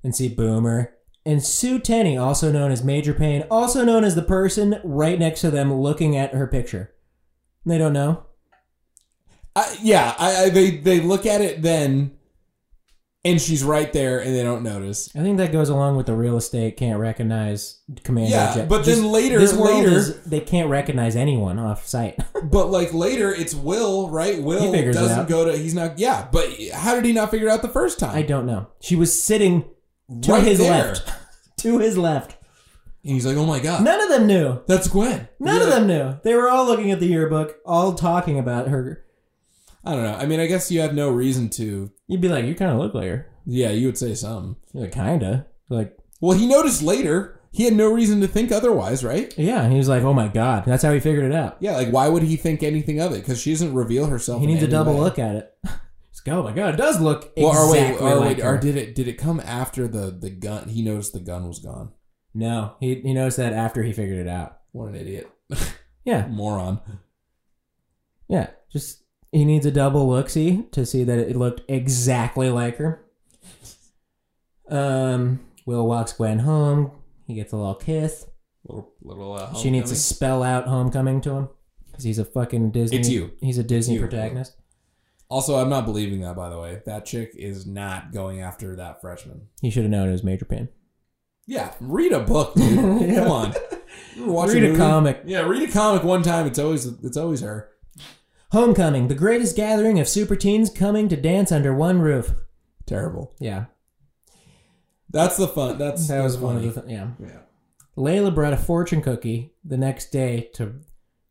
and see Boomer and Sue Tenney, also known as Major Payne, also known as the person right next to them looking at her picture. They don't know. I, yeah, I, I they they look at it then, and she's right there, and they don't notice. I think that goes along with the real estate can't recognize Commander. Yeah, Jet- but then later- this world later- is they can't recognize anyone off site. But like later, it's Will, right? Will He figures it doesn't out. go to. He's not. Yeah, but how did he not figure it out the first time? I don't know. She was sitting to Right his there. left, to his left. And he's like, "Oh my god, None of them knew. that's Gwen." None of them knew. They were all looking at the yearbook, all talking about her. I don't know. I mean, I guess you have no reason to. You'd be like, you kind of look like her. Yeah, you would say something. You're like, kinda. Like, Well, he noticed later he had no reason to think otherwise, right? Yeah, he was like, "Oh my god!" That's how he figured it out. Yeah, like why would he think anything of it? Because she doesn't reveal herself. He in needs a any double way. look at it. He's like, "Oh my god, it does look Well, or wait, exactly or, like wait, or her." did it? Did it come after the the gun? He noticed the gun was gone. No, he he noticed that after he figured it out. What an idiot, Yeah, moron. yeah. Just he needs a double look see to see that it looked exactly like her. Um, Will walks Gwen home. He gets a little kiss. Little little. Uh, She needs to homecoming. spell out homecoming to him because he's a fucking Disney. It's you. He's a Disney you. protagonist. Also, I'm not believing that. By the way, that chick is not going after that freshman. He should have known it was Major Payne. Yeah, read a book, dude. Come on. You were watching Read a movie? comic. Yeah, read a comic one time. It's always it's always her. Homecoming, the greatest gathering of super teens coming to dance under one roof. Terrible. Yeah, That's the fun. That's that was that's one of funny. the th- yeah. Yeah. Layla brought a fortune cookie the next day to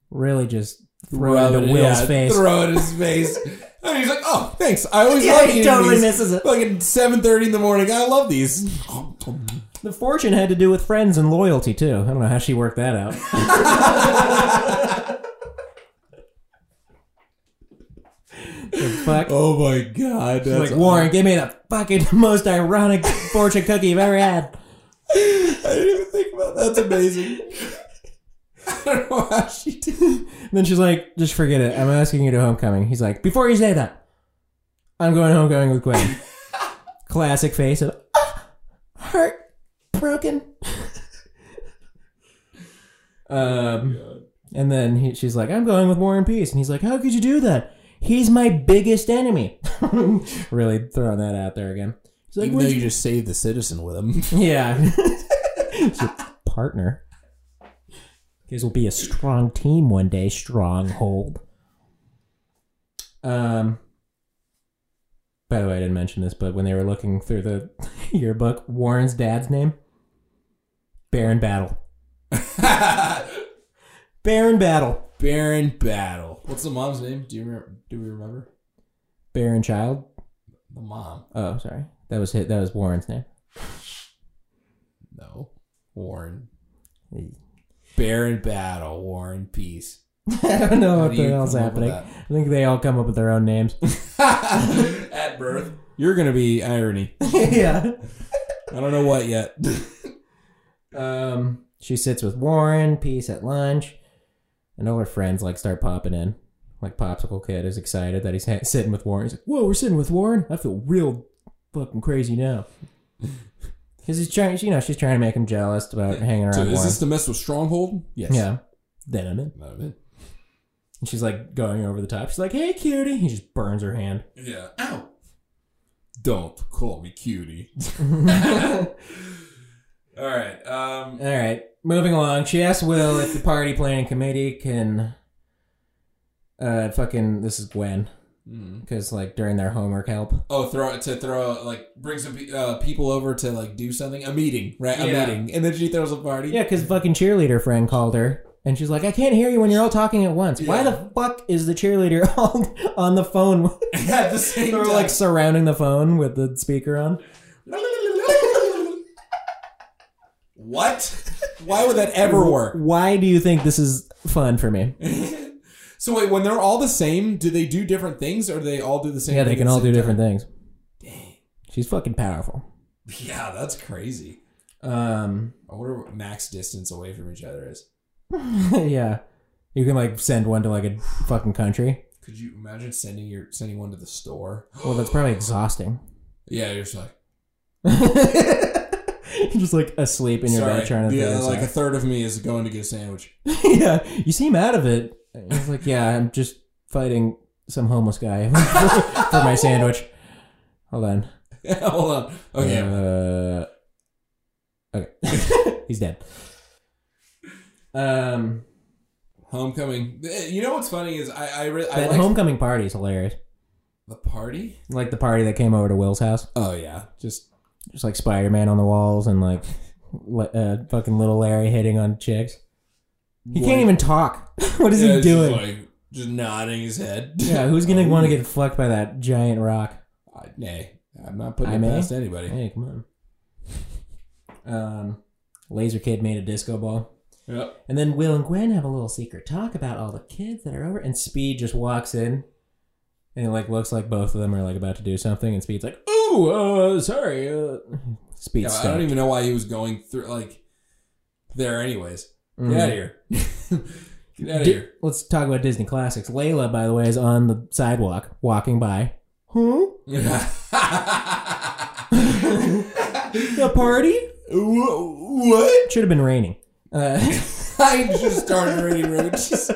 really just throw Rub it into in- Will's yeah, face. Throw it in his face. And he's like, "Oh, thanks. I always Yeah, like he eating totally these. misses it. Fucking seven thirty in the morning. I love these. The fortune had to do with friends and loyalty too. I don't know how she worked that out. the fuck. oh my god. That's like Warren, give me the fucking most ironic fortune cookie you've ever had. I didn't even think about. That. That's amazing. I don't know how she did. And then she's like, just forget it. I'm asking you to homecoming. He's like, before you say that, I'm going homecoming with Gwen. Classic face of "Ah, heart broken. Oh um, and then he, she's like, I'm going with War and Peace. And he's like, how could you do that? He's my biggest enemy. really throwing that out there again. He's like, Even though "What'd you just saved the citizen with him. yeah. It's your partner. You guys will be a strong team one day, stronghold. Um by the way, I didn't mention this, but when they were looking through the yearbook, Warren's dad's name? Baron Battle. Baron Battle. Baron Battle. What's the mom's name? Do you remember? Do we remember Baron Child. the mom? Oh, sorry. That was hit that was Warren's name. No, Warren. Baron Battle. Warren Peace. I don't know How what do the you hell's come up with happening. I think they all come up with their own names. At birth, you're gonna be irony. yeah. I don't know what yet. Um, she sits with Warren, peace at lunch, and all her friends like start popping in. Like popsicle kid is excited that he's ha- sitting with Warren. He's like, "Whoa, we're sitting with Warren! I feel real fucking crazy now." Because he's trying, you know, she's trying to make him jealous about hanging around so is Warren. this to mess with Stronghold? Yes. yeah. Then I'm in. That it. And she's like going over the top. She's like, "Hey, cutie!" He just burns her hand. Yeah. Ow. Don't call me cutie. All right. All Um. right, moving along. She asks Will if the party planning committee can. Uh, fucking. This is Gwen. mm. because like during their homework help. Oh, throw to throw like bring some pe- uh, people over to like do something a meeting right a Yeah. meeting and then she throws a party. Yeah, because fucking cheerleader friend called her and she's like, I can't hear you when you're all talking at once. Why Yeah. the fuck is the cheerleader all on the phone? At the same They're like surrounding the phone with the speaker on. what? Why would that ever work? Why do you think this is fun for me? So wait, when they're all the same, do they do different things, or do they all do the same? Yeah, they thing can at the all do same different things. She's fucking powerful. time? Yeah, that's crazy. Um, I wonder what max distance away from each other is. yeah, you can like send one to like a fucking country. Could you imagine sending your sending one to the store? Well, that's probably exhausting. Yeah, you're just like Just like asleep in your sorry. bed trying to. yeah, figure this like out. a third of me is going to get a sandwich. yeah, you seem out of it. I was like, yeah, I'm just fighting some homeless guy for my sandwich. Hold on. Hold on. Okay. Uh, okay. He's dead. Um, Homecoming. Eh, You know what's funny is I I, re- I that like homecoming party is hilarious. the party. Like the party that came over to Will's house, Oh yeah, just just like Spider Man on the walls and like li- uh, fucking little Larry hitting on chicks. He Like- can't even talk. what is Yeah, he it's doing? Just, like, Oh. just nodding his head. yeah, who's gonna want to get fucked by that giant rock? I, nay, I'm not putting I it may? past anybody. Hey, come on. Um, Laser Kid made a disco ball. Yep. And then Will and Gwen have a little secret talk about all the kids that are over, and Speed just walks in, and it like looks like both of them are like about to do something, and Speed's like, "Oh, uh, sorry." Uh. Speed Yeah, I stopped. don't even know why he was going through like there anyways. Mhm. Get out of here. Get out of Di- here. Let's talk about Disney classics. Layla, by the way, is on the sidewalk walking by. Huh? The party? Wha- what? Should have been raining. Uh, I just started reading roaches.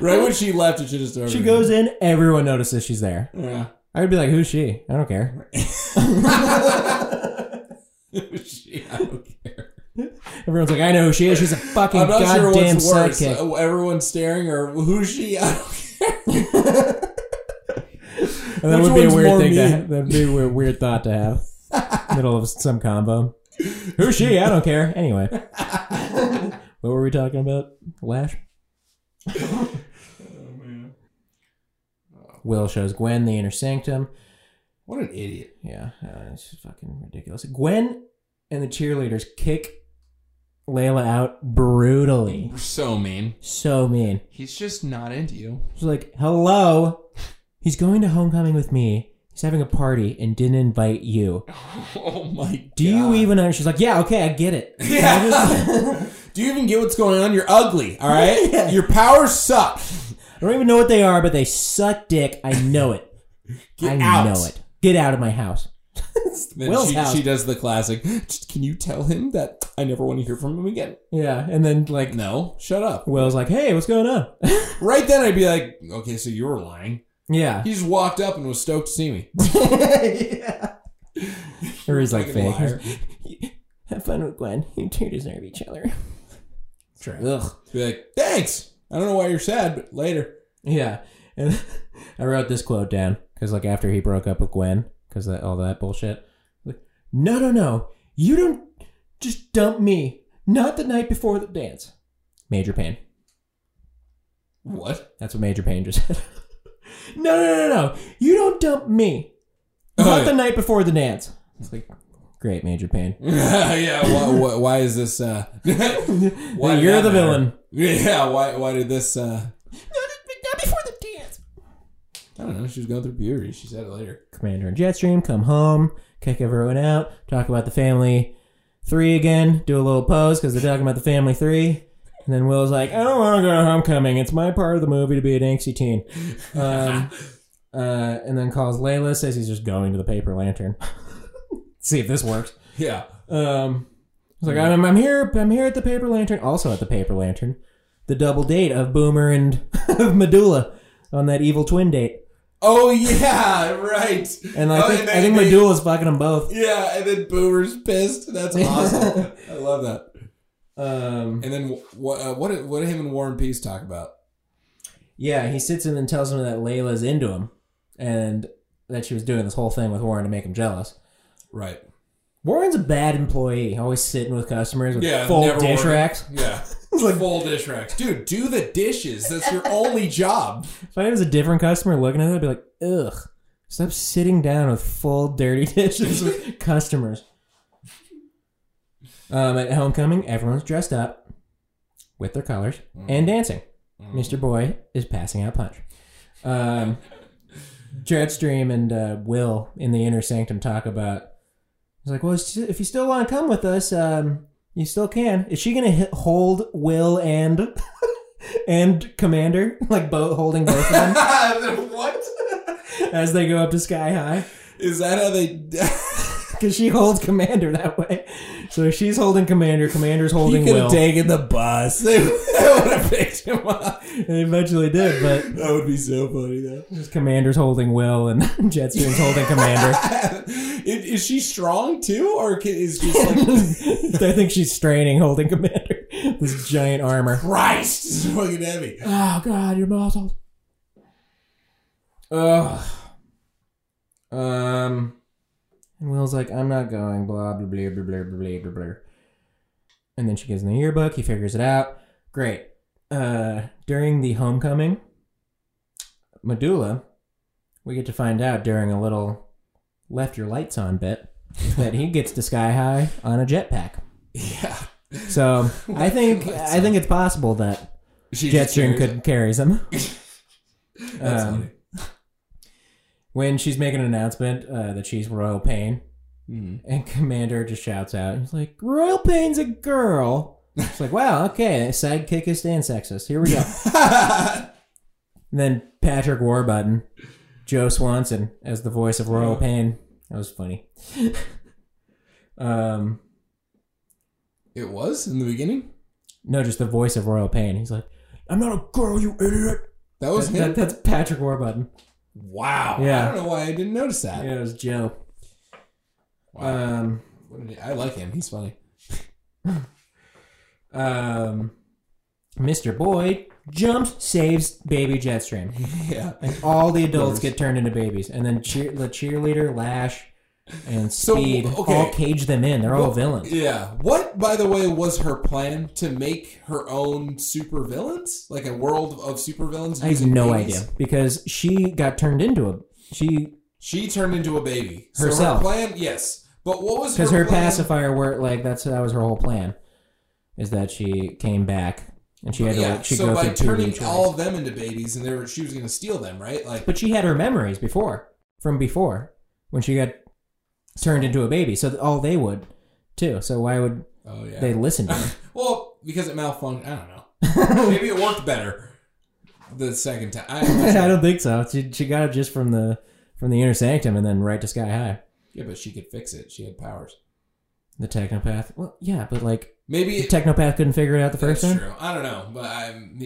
Right when she left, it should have started. she goes in, everyone notices she's there. Yeah. I would be like, "Who's she?" I don't care. she, I don't care. Everyone's like, "I know who she is. She's a fucking I'm not sure goddamn what's worse. sidekick." uh, Everyone staring or who's she? I don't And that Which would be a one's weird more thing to mean? have. That'd be a weird, weird thought to have. Middle of some combo. Who's she? I don't care. Anyway. what were we talking about? Lash? Oh, Will shows Gwen the inner sanctum. What an idiot. Yeah, uh, it's just fucking ridiculous. Gwen and the cheerleaders kick Layla out brutally. So mean. So mean. He's just not into you. She's like, hello. He's going to homecoming with me. He's having a party and didn't invite you. Oh my Do you even under She's like, yeah, okay, I get it. Yeah. Do you even get what's going on? You're ugly, all right? Yeah. Your powers suck. I don't even know what they are, but they suck dick. I know it. Get I out. know it. Get out of my house. Then Will's she, house. she does the classic. "Just- Can you tell him that I never want to hear from him again? Yeah, and then like No, shut up. Will's like, hey, what's going on? Right then, I'd be like, okay, so you were lying. yeah. He just walked up and was stoked to see me. Or he's like Fucking fake. liar. Have fun with Gwen. You two deserve each other. Ugh. Be like, thanks. I don't know why you're sad, but later. Yeah. And I wrote this quote down because, like, after he broke up with Gwen, because that, all that bullshit. Like, no, no, no. You don't just dump me. Not the night before the dance. Major pain. What? That's what Major Payne just said. no, no, no, no. You don't dump me. Oh, Not yeah. the night before the dance. It's like, great, Major Payne. yeah. Why, why, why is this? Uh, why did You're that the matter? villain. Yeah. Why? Why did this? Uh, Not before the dance. I don't know. She was going through puberty. She said it later. Commander and Jetstream come home, kick everyone out, talk about the family three again, do a little pose because they're talking about the family three. And then Will's like, I don't want to go to homecoming. It's my part of the movie to be an angsty teen. Um, uh, and then calls Layla, says he's just going to the paper lantern. See if this works. Yeah. Um, I was like, I'm, I'm here. I'm here at the Paper Lantern. Also at the Paper Lantern, the double date of Boomer and of Medulla on that evil twin date. Oh yeah. Right. And I Oh, think and I they- think they- Medulla's fucking them both. Yeah, and then Boomer's pissed. That's awesome. I love that. Um, And then what? Uh, what? did- What did him and War and Peace talk about? yeah, he sits in and tells him that Layla's into him, and that she was doing this whole thing with Warren to make him jealous. Right. Warren's a bad employee, always sitting with customers with Yeah. full never dish ordered- racks. Yeah. full dish racks, dude. Do the dishes. That's your only job. If I was a different customer looking at it, I'd be like, ugh, stop sitting down with full dirty dishes with customers. Um, at homecoming, everyone's dressed up with their colors and dancing. Mr. Boy is passing out punch. Um, Dreadstream and uh, Will in the inner sanctum talk about. He's like, well, if you still want to come with us, um, you still can. Is she gonna hit, hold Will and and Commander like both holding both of them? what? as they go up to sky high Is that how they? because she holds commander that way so she's holding commander commander's holding he could will have taken the bus. They would have picked him up. they eventually did but That would be so funny though. just commander's holding will and jetstream's holding commander is, is she strong too, or can, is she just like i think she's straining holding commander this giant armor Christ? This is fucking heavy. oh god your muscles ugh um and will's like i'm not going blah blah blah blah blah blah blah blah and then she gives him the yearbook. He figures it out. Great. Uh, during the homecoming, Medulla, we get to find out during a little left your lights on bit that he gets to sky high on a jetpack. Yeah. So I think I think it's possible that She just Jetstream carries could it. carries him. That's um, funny. When she's making an announcement uh, that she's Royal Pain, Mhm. and Commander just shouts out, he's like, "Royal Pain's a girl." It's like, wow, okay, sidekickist and sexist. Here we go. hmm. And then Patrick Warburton, Joe Swanson as the voice of Royal Yeah. Pain. That was funny. um, it was in the beginning. no, just the voice of Royal Pain. He's like, "I'm not a girl, you idiot." That was That- him. that- that's Patrick Warburton. wow. Yeah. I don't know why I didn't notice that. Yeah, it was Joe. Wow. Um, What did he- I like him. He's funny. um, Mr. Boyd jumps, saves baby Jetstream, Yeah. and all the adults get turned into babies. And then cheer, the cheerleader, Lash, and So, Speed okay. all cage them in. They're all Well, villains. Yeah. What, by the way, was her plan to make her own supervillains? Like a world of supervillains? I have using no babies? idea because she got turned into a she She turned into a baby. So Herself. her plan, yes. But what was her because her plan? pacifier worked like that's that was her whole plan is that she came back and she had to Yeah. like she So go by through two turning retries. all of them into babies, and they were, she was going to steal them, right? Like but she had her memories before from before when she got turned into a baby so th- all they would too so why would Oh yeah. they listen to her? well, because it malfunctioned. I don't know. Maybe it worked better the second time. I, I'm not sure. I don't think so she she got it just from the from the inner sanctum and then right to sky high yeah, but she could fix it. She had powers. the technopath well yeah but like Maybe the technopath couldn't figure it out the that's first time true. I don't know, but I'm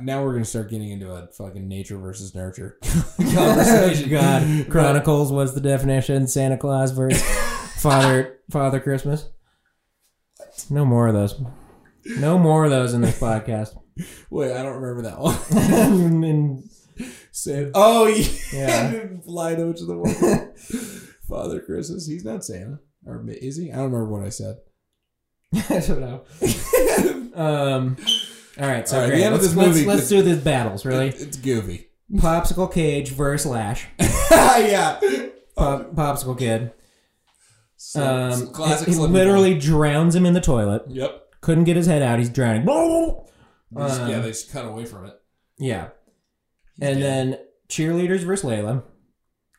now we're gonna start getting into a fucking nature versus nurture Oh, conversation. God, Chronicles was the definition. Santa Claus versus Father Father Christmas. No more of those. No more of those in this podcast. Wait, I don't remember that one. And- Santa. Oh yeah, Yeah. Lido to the one. Father Christmas. He's not Santa, or is he? I don't remember what I said. I don't know. Um, all right, so All right, the great. end of let's, this let's- movie- let's do these battles. Really, It- it's goofy. Popsicle Cage versus Lash. Oh. yeah. Pop, Popsicle Kid. So, Um, some classic. he- he Slipping literally drowns him in the toilet. Ball. Yep. Couldn't get his head out. He's drowning. They just- yeah, Um, they just cut away from it. Yeah. And Yeah. then cheerleaders versus Layla.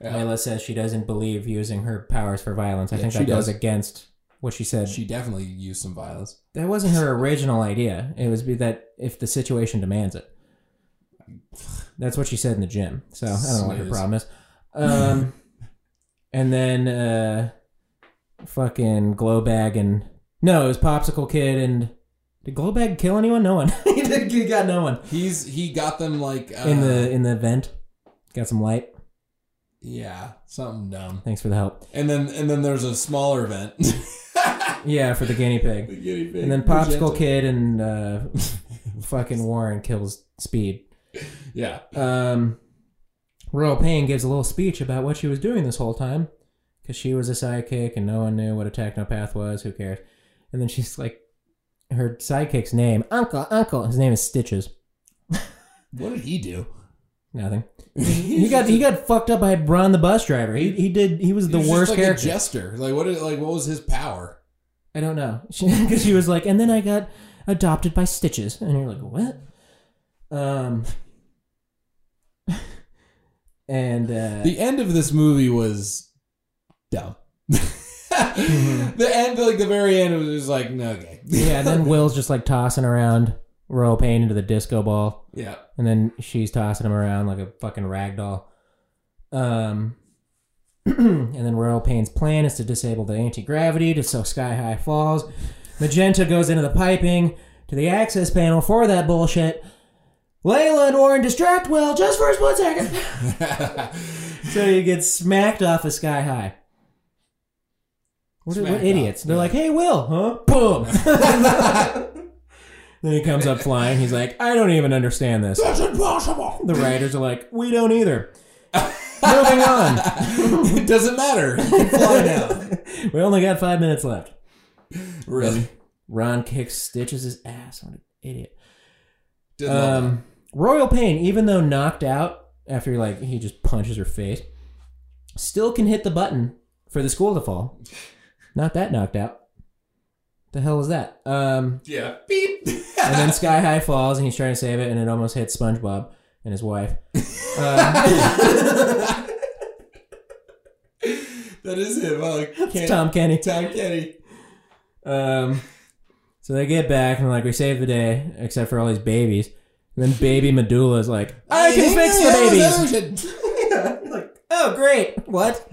Yeah. Layla says she doesn't believe using her powers for violence. I Yeah, think she that goes does. against what she said. She definitely used some violence. that wasn't her original idea. It was be that if the situation demands it. That's what she said in the gym. So I don't know what her Snooze. problem is. Um, and then uh, fucking Glowbag and no, it was Popsicle Kid and did Glowbag kill anyone? No one. he, did, he got no one He's he got them like uh, in the in the vent. Got some light. yeah something dumb. Thanks for the help. And then and then there's a smaller event. Yeah, for the guinea pig. And then Popsicle Kid and uh, fucking Warren kills Speed. Yeah. Um, Royal Payne gives a little speech about what she was doing this whole time because she was a sidekick and no one knew what a technopath was. Who cares? And then she's like, her sidekick's name, Uncle, Uncle. His name is Stitches. What did he do? Nothing. He got he got fucked up by Bron the bus driver. He he did he was the He's just worst like character. A jester. Like what? Is, like what was his power? I don't know. Because she was like, and then I got adopted by Stitches. And you're like, what? Um. and, uh. The end of this movie was dumb. Mm-hmm. The end, like the very end, it was just like no, okay, yeah, and then Will's just like tossing around Royal Payne into the disco ball. yeah. And then she's tossing him around like a fucking rag doll. Um. and then Royal Payne's plan is to disable the anti gravity to so Sky High falls. Magenta goes into the piping to the access panel for that bullshit. Layla and Warren distract Will just for one second. so you get smacked off of Sky High. What, are- what Smacked idiots? off, They're yeah. like, hey, Will, huh? Boom. then he comes up flying. He's like, I don't even understand this. That's impossible. The writers are like, we don't either. Moving on. it doesn't matter. You can fly now. We only got five minutes left. Really? Ron kicks stitches his ass. What an idiot. Did love Um, Royal Pain, even though knocked out after like he just punches her face, still can hit the button for the school to fall. Not that knocked out. The hell was that? Um, Yeah. Beep. and then Sky High falls, and he's trying to save it, and it almost hits SpongeBob and his wife. Um, that is it. Well, Ken- Tom. Tom Kenny. Kenny. Um, so they get back and like we saved the day, except for all these babies. And then baby Medulla is like, I can fix the babies. babies. like, Oh, great! What?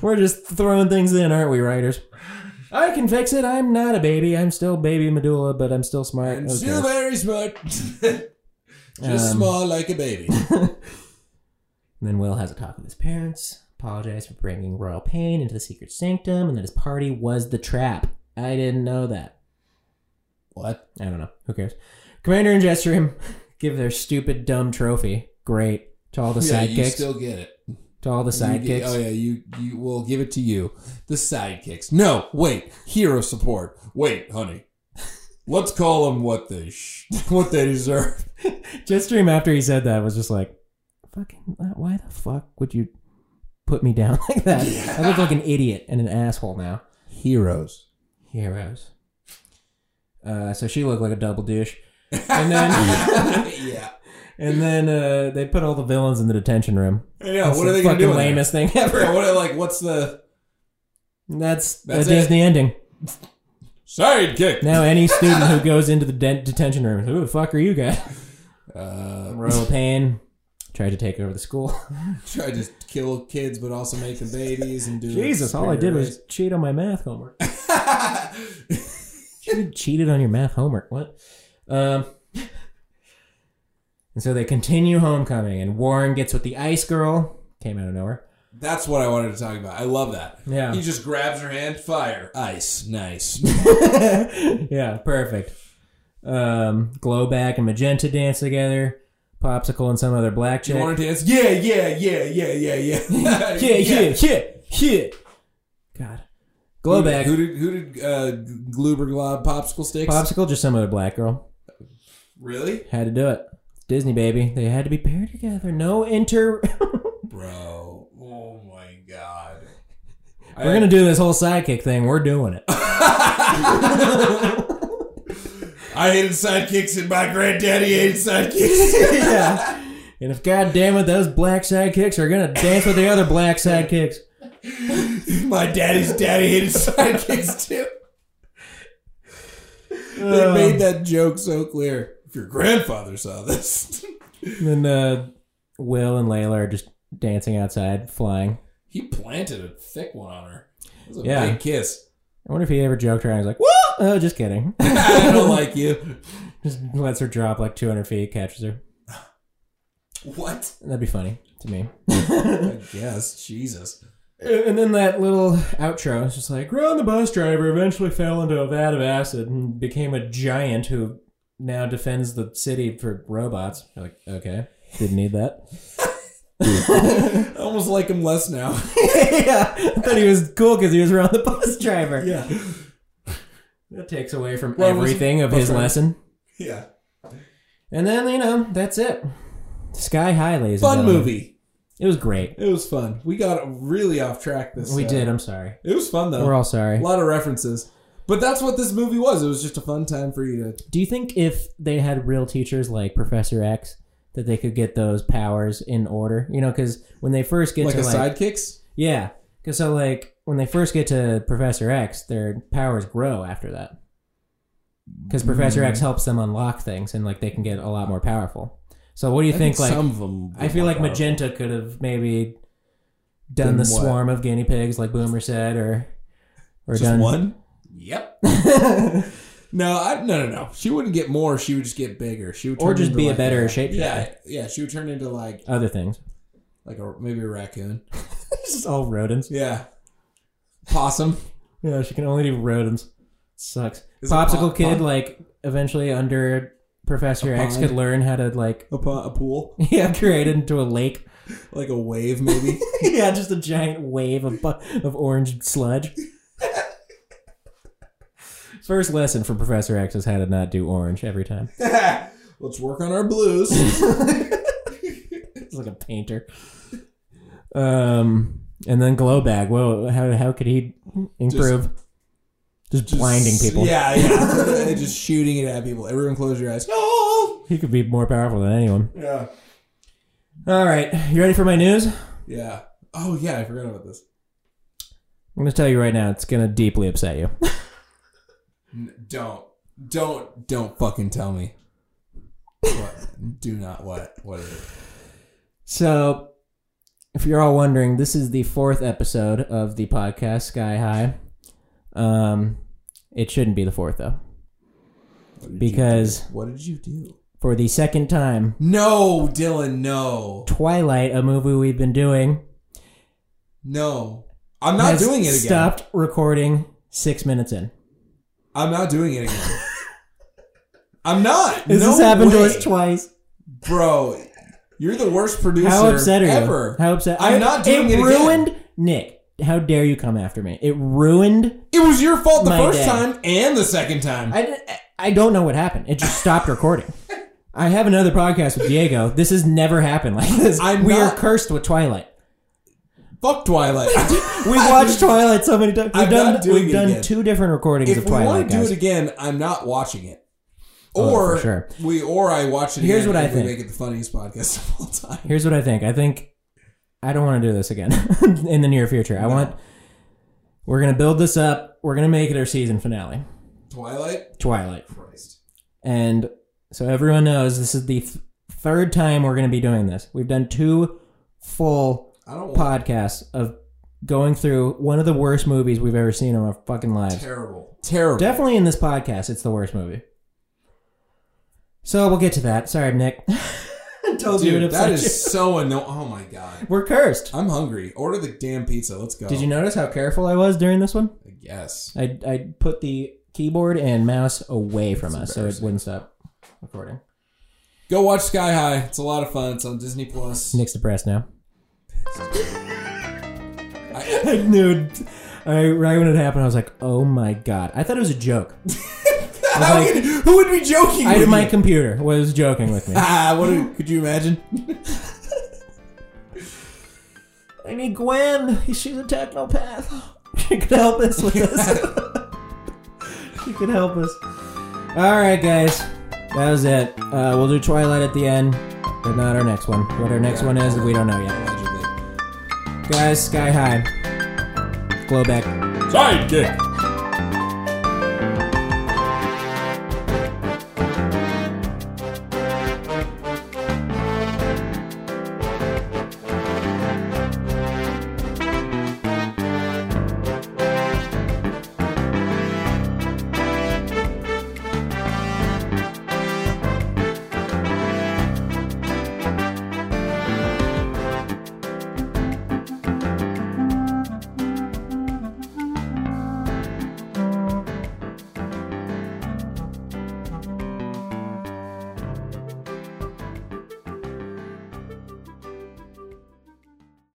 We're just throwing things in, aren't we, writers? I can fix it. I'm not a baby. I'm still baby Medulla, but I'm still smart. I'm Who still cares? very smart. Just Um, small like a baby. And then Will has a talk with his parents, apologize for bringing royal pain into the secret sanctum, and that his party was the trap. I didn't know that. What? I don't know. Who cares? Commander and Jetstream give their stupid dumb trophy. Great. To all the yeah, you sidekicks. still get it. to all the sidekicks. You get- oh yeah, you you will give it to you. The sidekicks. No, wait. Hero support. Wait, honey. Let's call them what they sh- what they deserve. Jetstream, after he said that, was just like, fucking, why the fuck would you put me down like that? I look like an idiot and an asshole now. Heroes. Heroes. Uh, so she looked like a double douche. And then, yeah. and then uh, they put all the villains in the detention room. Yeah. That's What are the they gonna fucking do? in there? lamest thing ever. Yeah, what are, like what's the That's, That's a Disney ending. sidekick? Now any student who goes into the de- detention room, who the fuck are you guys? Uh, Royal Pain tried to take over the school. try to kill kids, but also make them babies and do it Jesus, all I did was cheat on my math homework. you cheated on your math homework. What? Um, and so they continue homecoming, and Warren gets with the ice girl. Came out of nowhere. That's what I wanted to talk about. I love that. Yeah. He just grabs her hand, fire, ice, nice. yeah, perfect. Um, Glowback and Magenta dance together. Popsicle and some other black chick. you want to dance? Yeah, yeah, yeah, yeah, yeah, yeah, yeah, yeah, yeah, yeah, yeah. God. Who Glowback. did, who did who did uh, Gloober Glob popsicle sticks? Popsicle, just some other black girl. really, Had to do it. Disney, baby. They had to be paired together. No inter. bro? Oh my god. We're going to do this whole sidekick thing. We're doing it. I hated sidekicks, and my granddaddy hated sidekicks. yeah. And if goddamn it, those black sidekicks are going to dance with the other black sidekicks. my daddy's daddy hated sidekicks too. They Uh. made that joke so clear. If your grandfather saw this, And then uh, Will and Layla are just dancing outside, flying. he planted a thick one on her. It was a Yeah. big kiss. I wonder if he ever joked her and was like, "What?" Oh, just kidding. I don't like you. just lets her drop like 200 feet, catches her. What? That'd be funny to me. I guess. Jesus. And then that little outro is just like, Ron the bus driver eventually fell into a vat of acid and became a giant who now defends the city for robots. You're like, okay, didn't need that. I almost like him less now. yeah, I thought he was cool because he was Ron the bus driver. yeah. That takes away from Ron was everything of bus his driver. lesson. Yeah. And then, you know, that's it. Sky High, ladies and Fun gentlemen. movie. It was great. It was fun. We got really off track this We uh, did. I'm sorry. It was fun, though. We're all sorry. a lot of references. But that's what this movie was. It was just a fun time for you to. Do you think if they had real teachers like Professor X, that they could get those powers in order? You know, because when they first get like to a like, sidekicks? yeah, because so like when they first get to Professor X, their powers grow after that. Because Professor Hmm. X helps them unlock things, and like they can get a lot more powerful. So what do you I think? Like, some of them. I feel like Magenta could have maybe done Done the what? swarm of guinea pigs, like Boomer said, or or Just done one? Yep. no, I, no, no, no. She wouldn't get more. She would just get bigger. She would Or turn just into be a like better shapeshifter. Yeah, yeah. She would turn into like other things. like a maybe a raccoon. This is all rodents. Yeah. Possum. Yeah, she can only do rodents. Sucks. Is it Popsicle pop- kid, pop- like eventually under Professor A X, pond? could learn how to like A, po- a pool. yeah create it into a lake. Like a wave, maybe. yeah, just a giant wave of bu- of orange sludge. First lesson from Professor X is how to not do orange every time. Let's work on our blues. It's like a painter. Um, And then glow bag. Whoa, how how could he improve? Just, Just- blinding people. Yeah, yeah. just shooting it at people. Everyone close your eyes. No. He could be more powerful than anyone. Yeah. All right, you ready for my news? I'm Yeah. Oh yeah, I forgot about this. going to tell you right now. It's going to deeply upset you. N- don't. Don't don't fucking tell me. What? Do not what? What is it? So, if you're all wondering, this is the fourth episode of the podcast Sky High. Um, it shouldn't be the fourth though, What did you because do? what did you do? for the second time, No, Dylan, no. Twilight, a movie we've been doing, No. I'm not has doing it again. Stopped recording six minutes in. I'm not doing it again. I'm not. This no has happened to way. us twice. Bro, you're the worst producer How upset are you? ever. How upset? I'm I- not doing it again. ruined Nick. How dare you come after me? It ruined. It was your fault the My first dad. time and the second time. I, d- I don't know what happened. It just stopped recording. I have another podcast with Diego. This has never happened like this. I'm we not- are cursed with Twilight. Fuck Twilight. We've watched Twilight so many times. We've I'm done not doing we've it done again. two different recordings if of we want Twilight. to do Guys. it again, I'm not watching it. Oh, Or for sure. we or I watch it. Here's again what I and we think. Make it the funniest podcast of all time. Here's what I think. I think I don't want to do this again in the near future. I want we're gonna build this up. We're gonna make it our season finale, Twilight. Twilight, Christ. and so everyone knows this is the th- third time we're gonna be doing this. We've done two full I don't want podcast of going through one of the worst movies we've ever seen in our fucking lives. terrible. Terrible. Definitely in this podcast, it's the worst movie. So we'll get to that. Sorry, Nick. Told you it Dude, upset that is you. so annoying. Oh my god. We're cursed. I'm hungry. Order the damn pizza. Let's go. Did you notice how careful I was during this one? I guess. I I put the keyboard and mouse away from That's us so it embarrassing. wouldn't stop recording. Go watch Sky High. It's a lot of fun. It's on Disney Plus. Nick's depressed now. I, I knew. it. I, right when it happened, I was like, "Oh my god!" I thought it was a joke. I was How like- could- who would be joking? I, with my you? computer was joking with me. Ah, what a- could you imagine? I need Gwen. She's a technopath. She could help us with this. she could help us. All right, guys. That was it. Uh, we'll do Twilight at the end, but not our next one. What our next one is, we don't know yet. Allegedly. Guys, sky high. Glow back. Sidekick.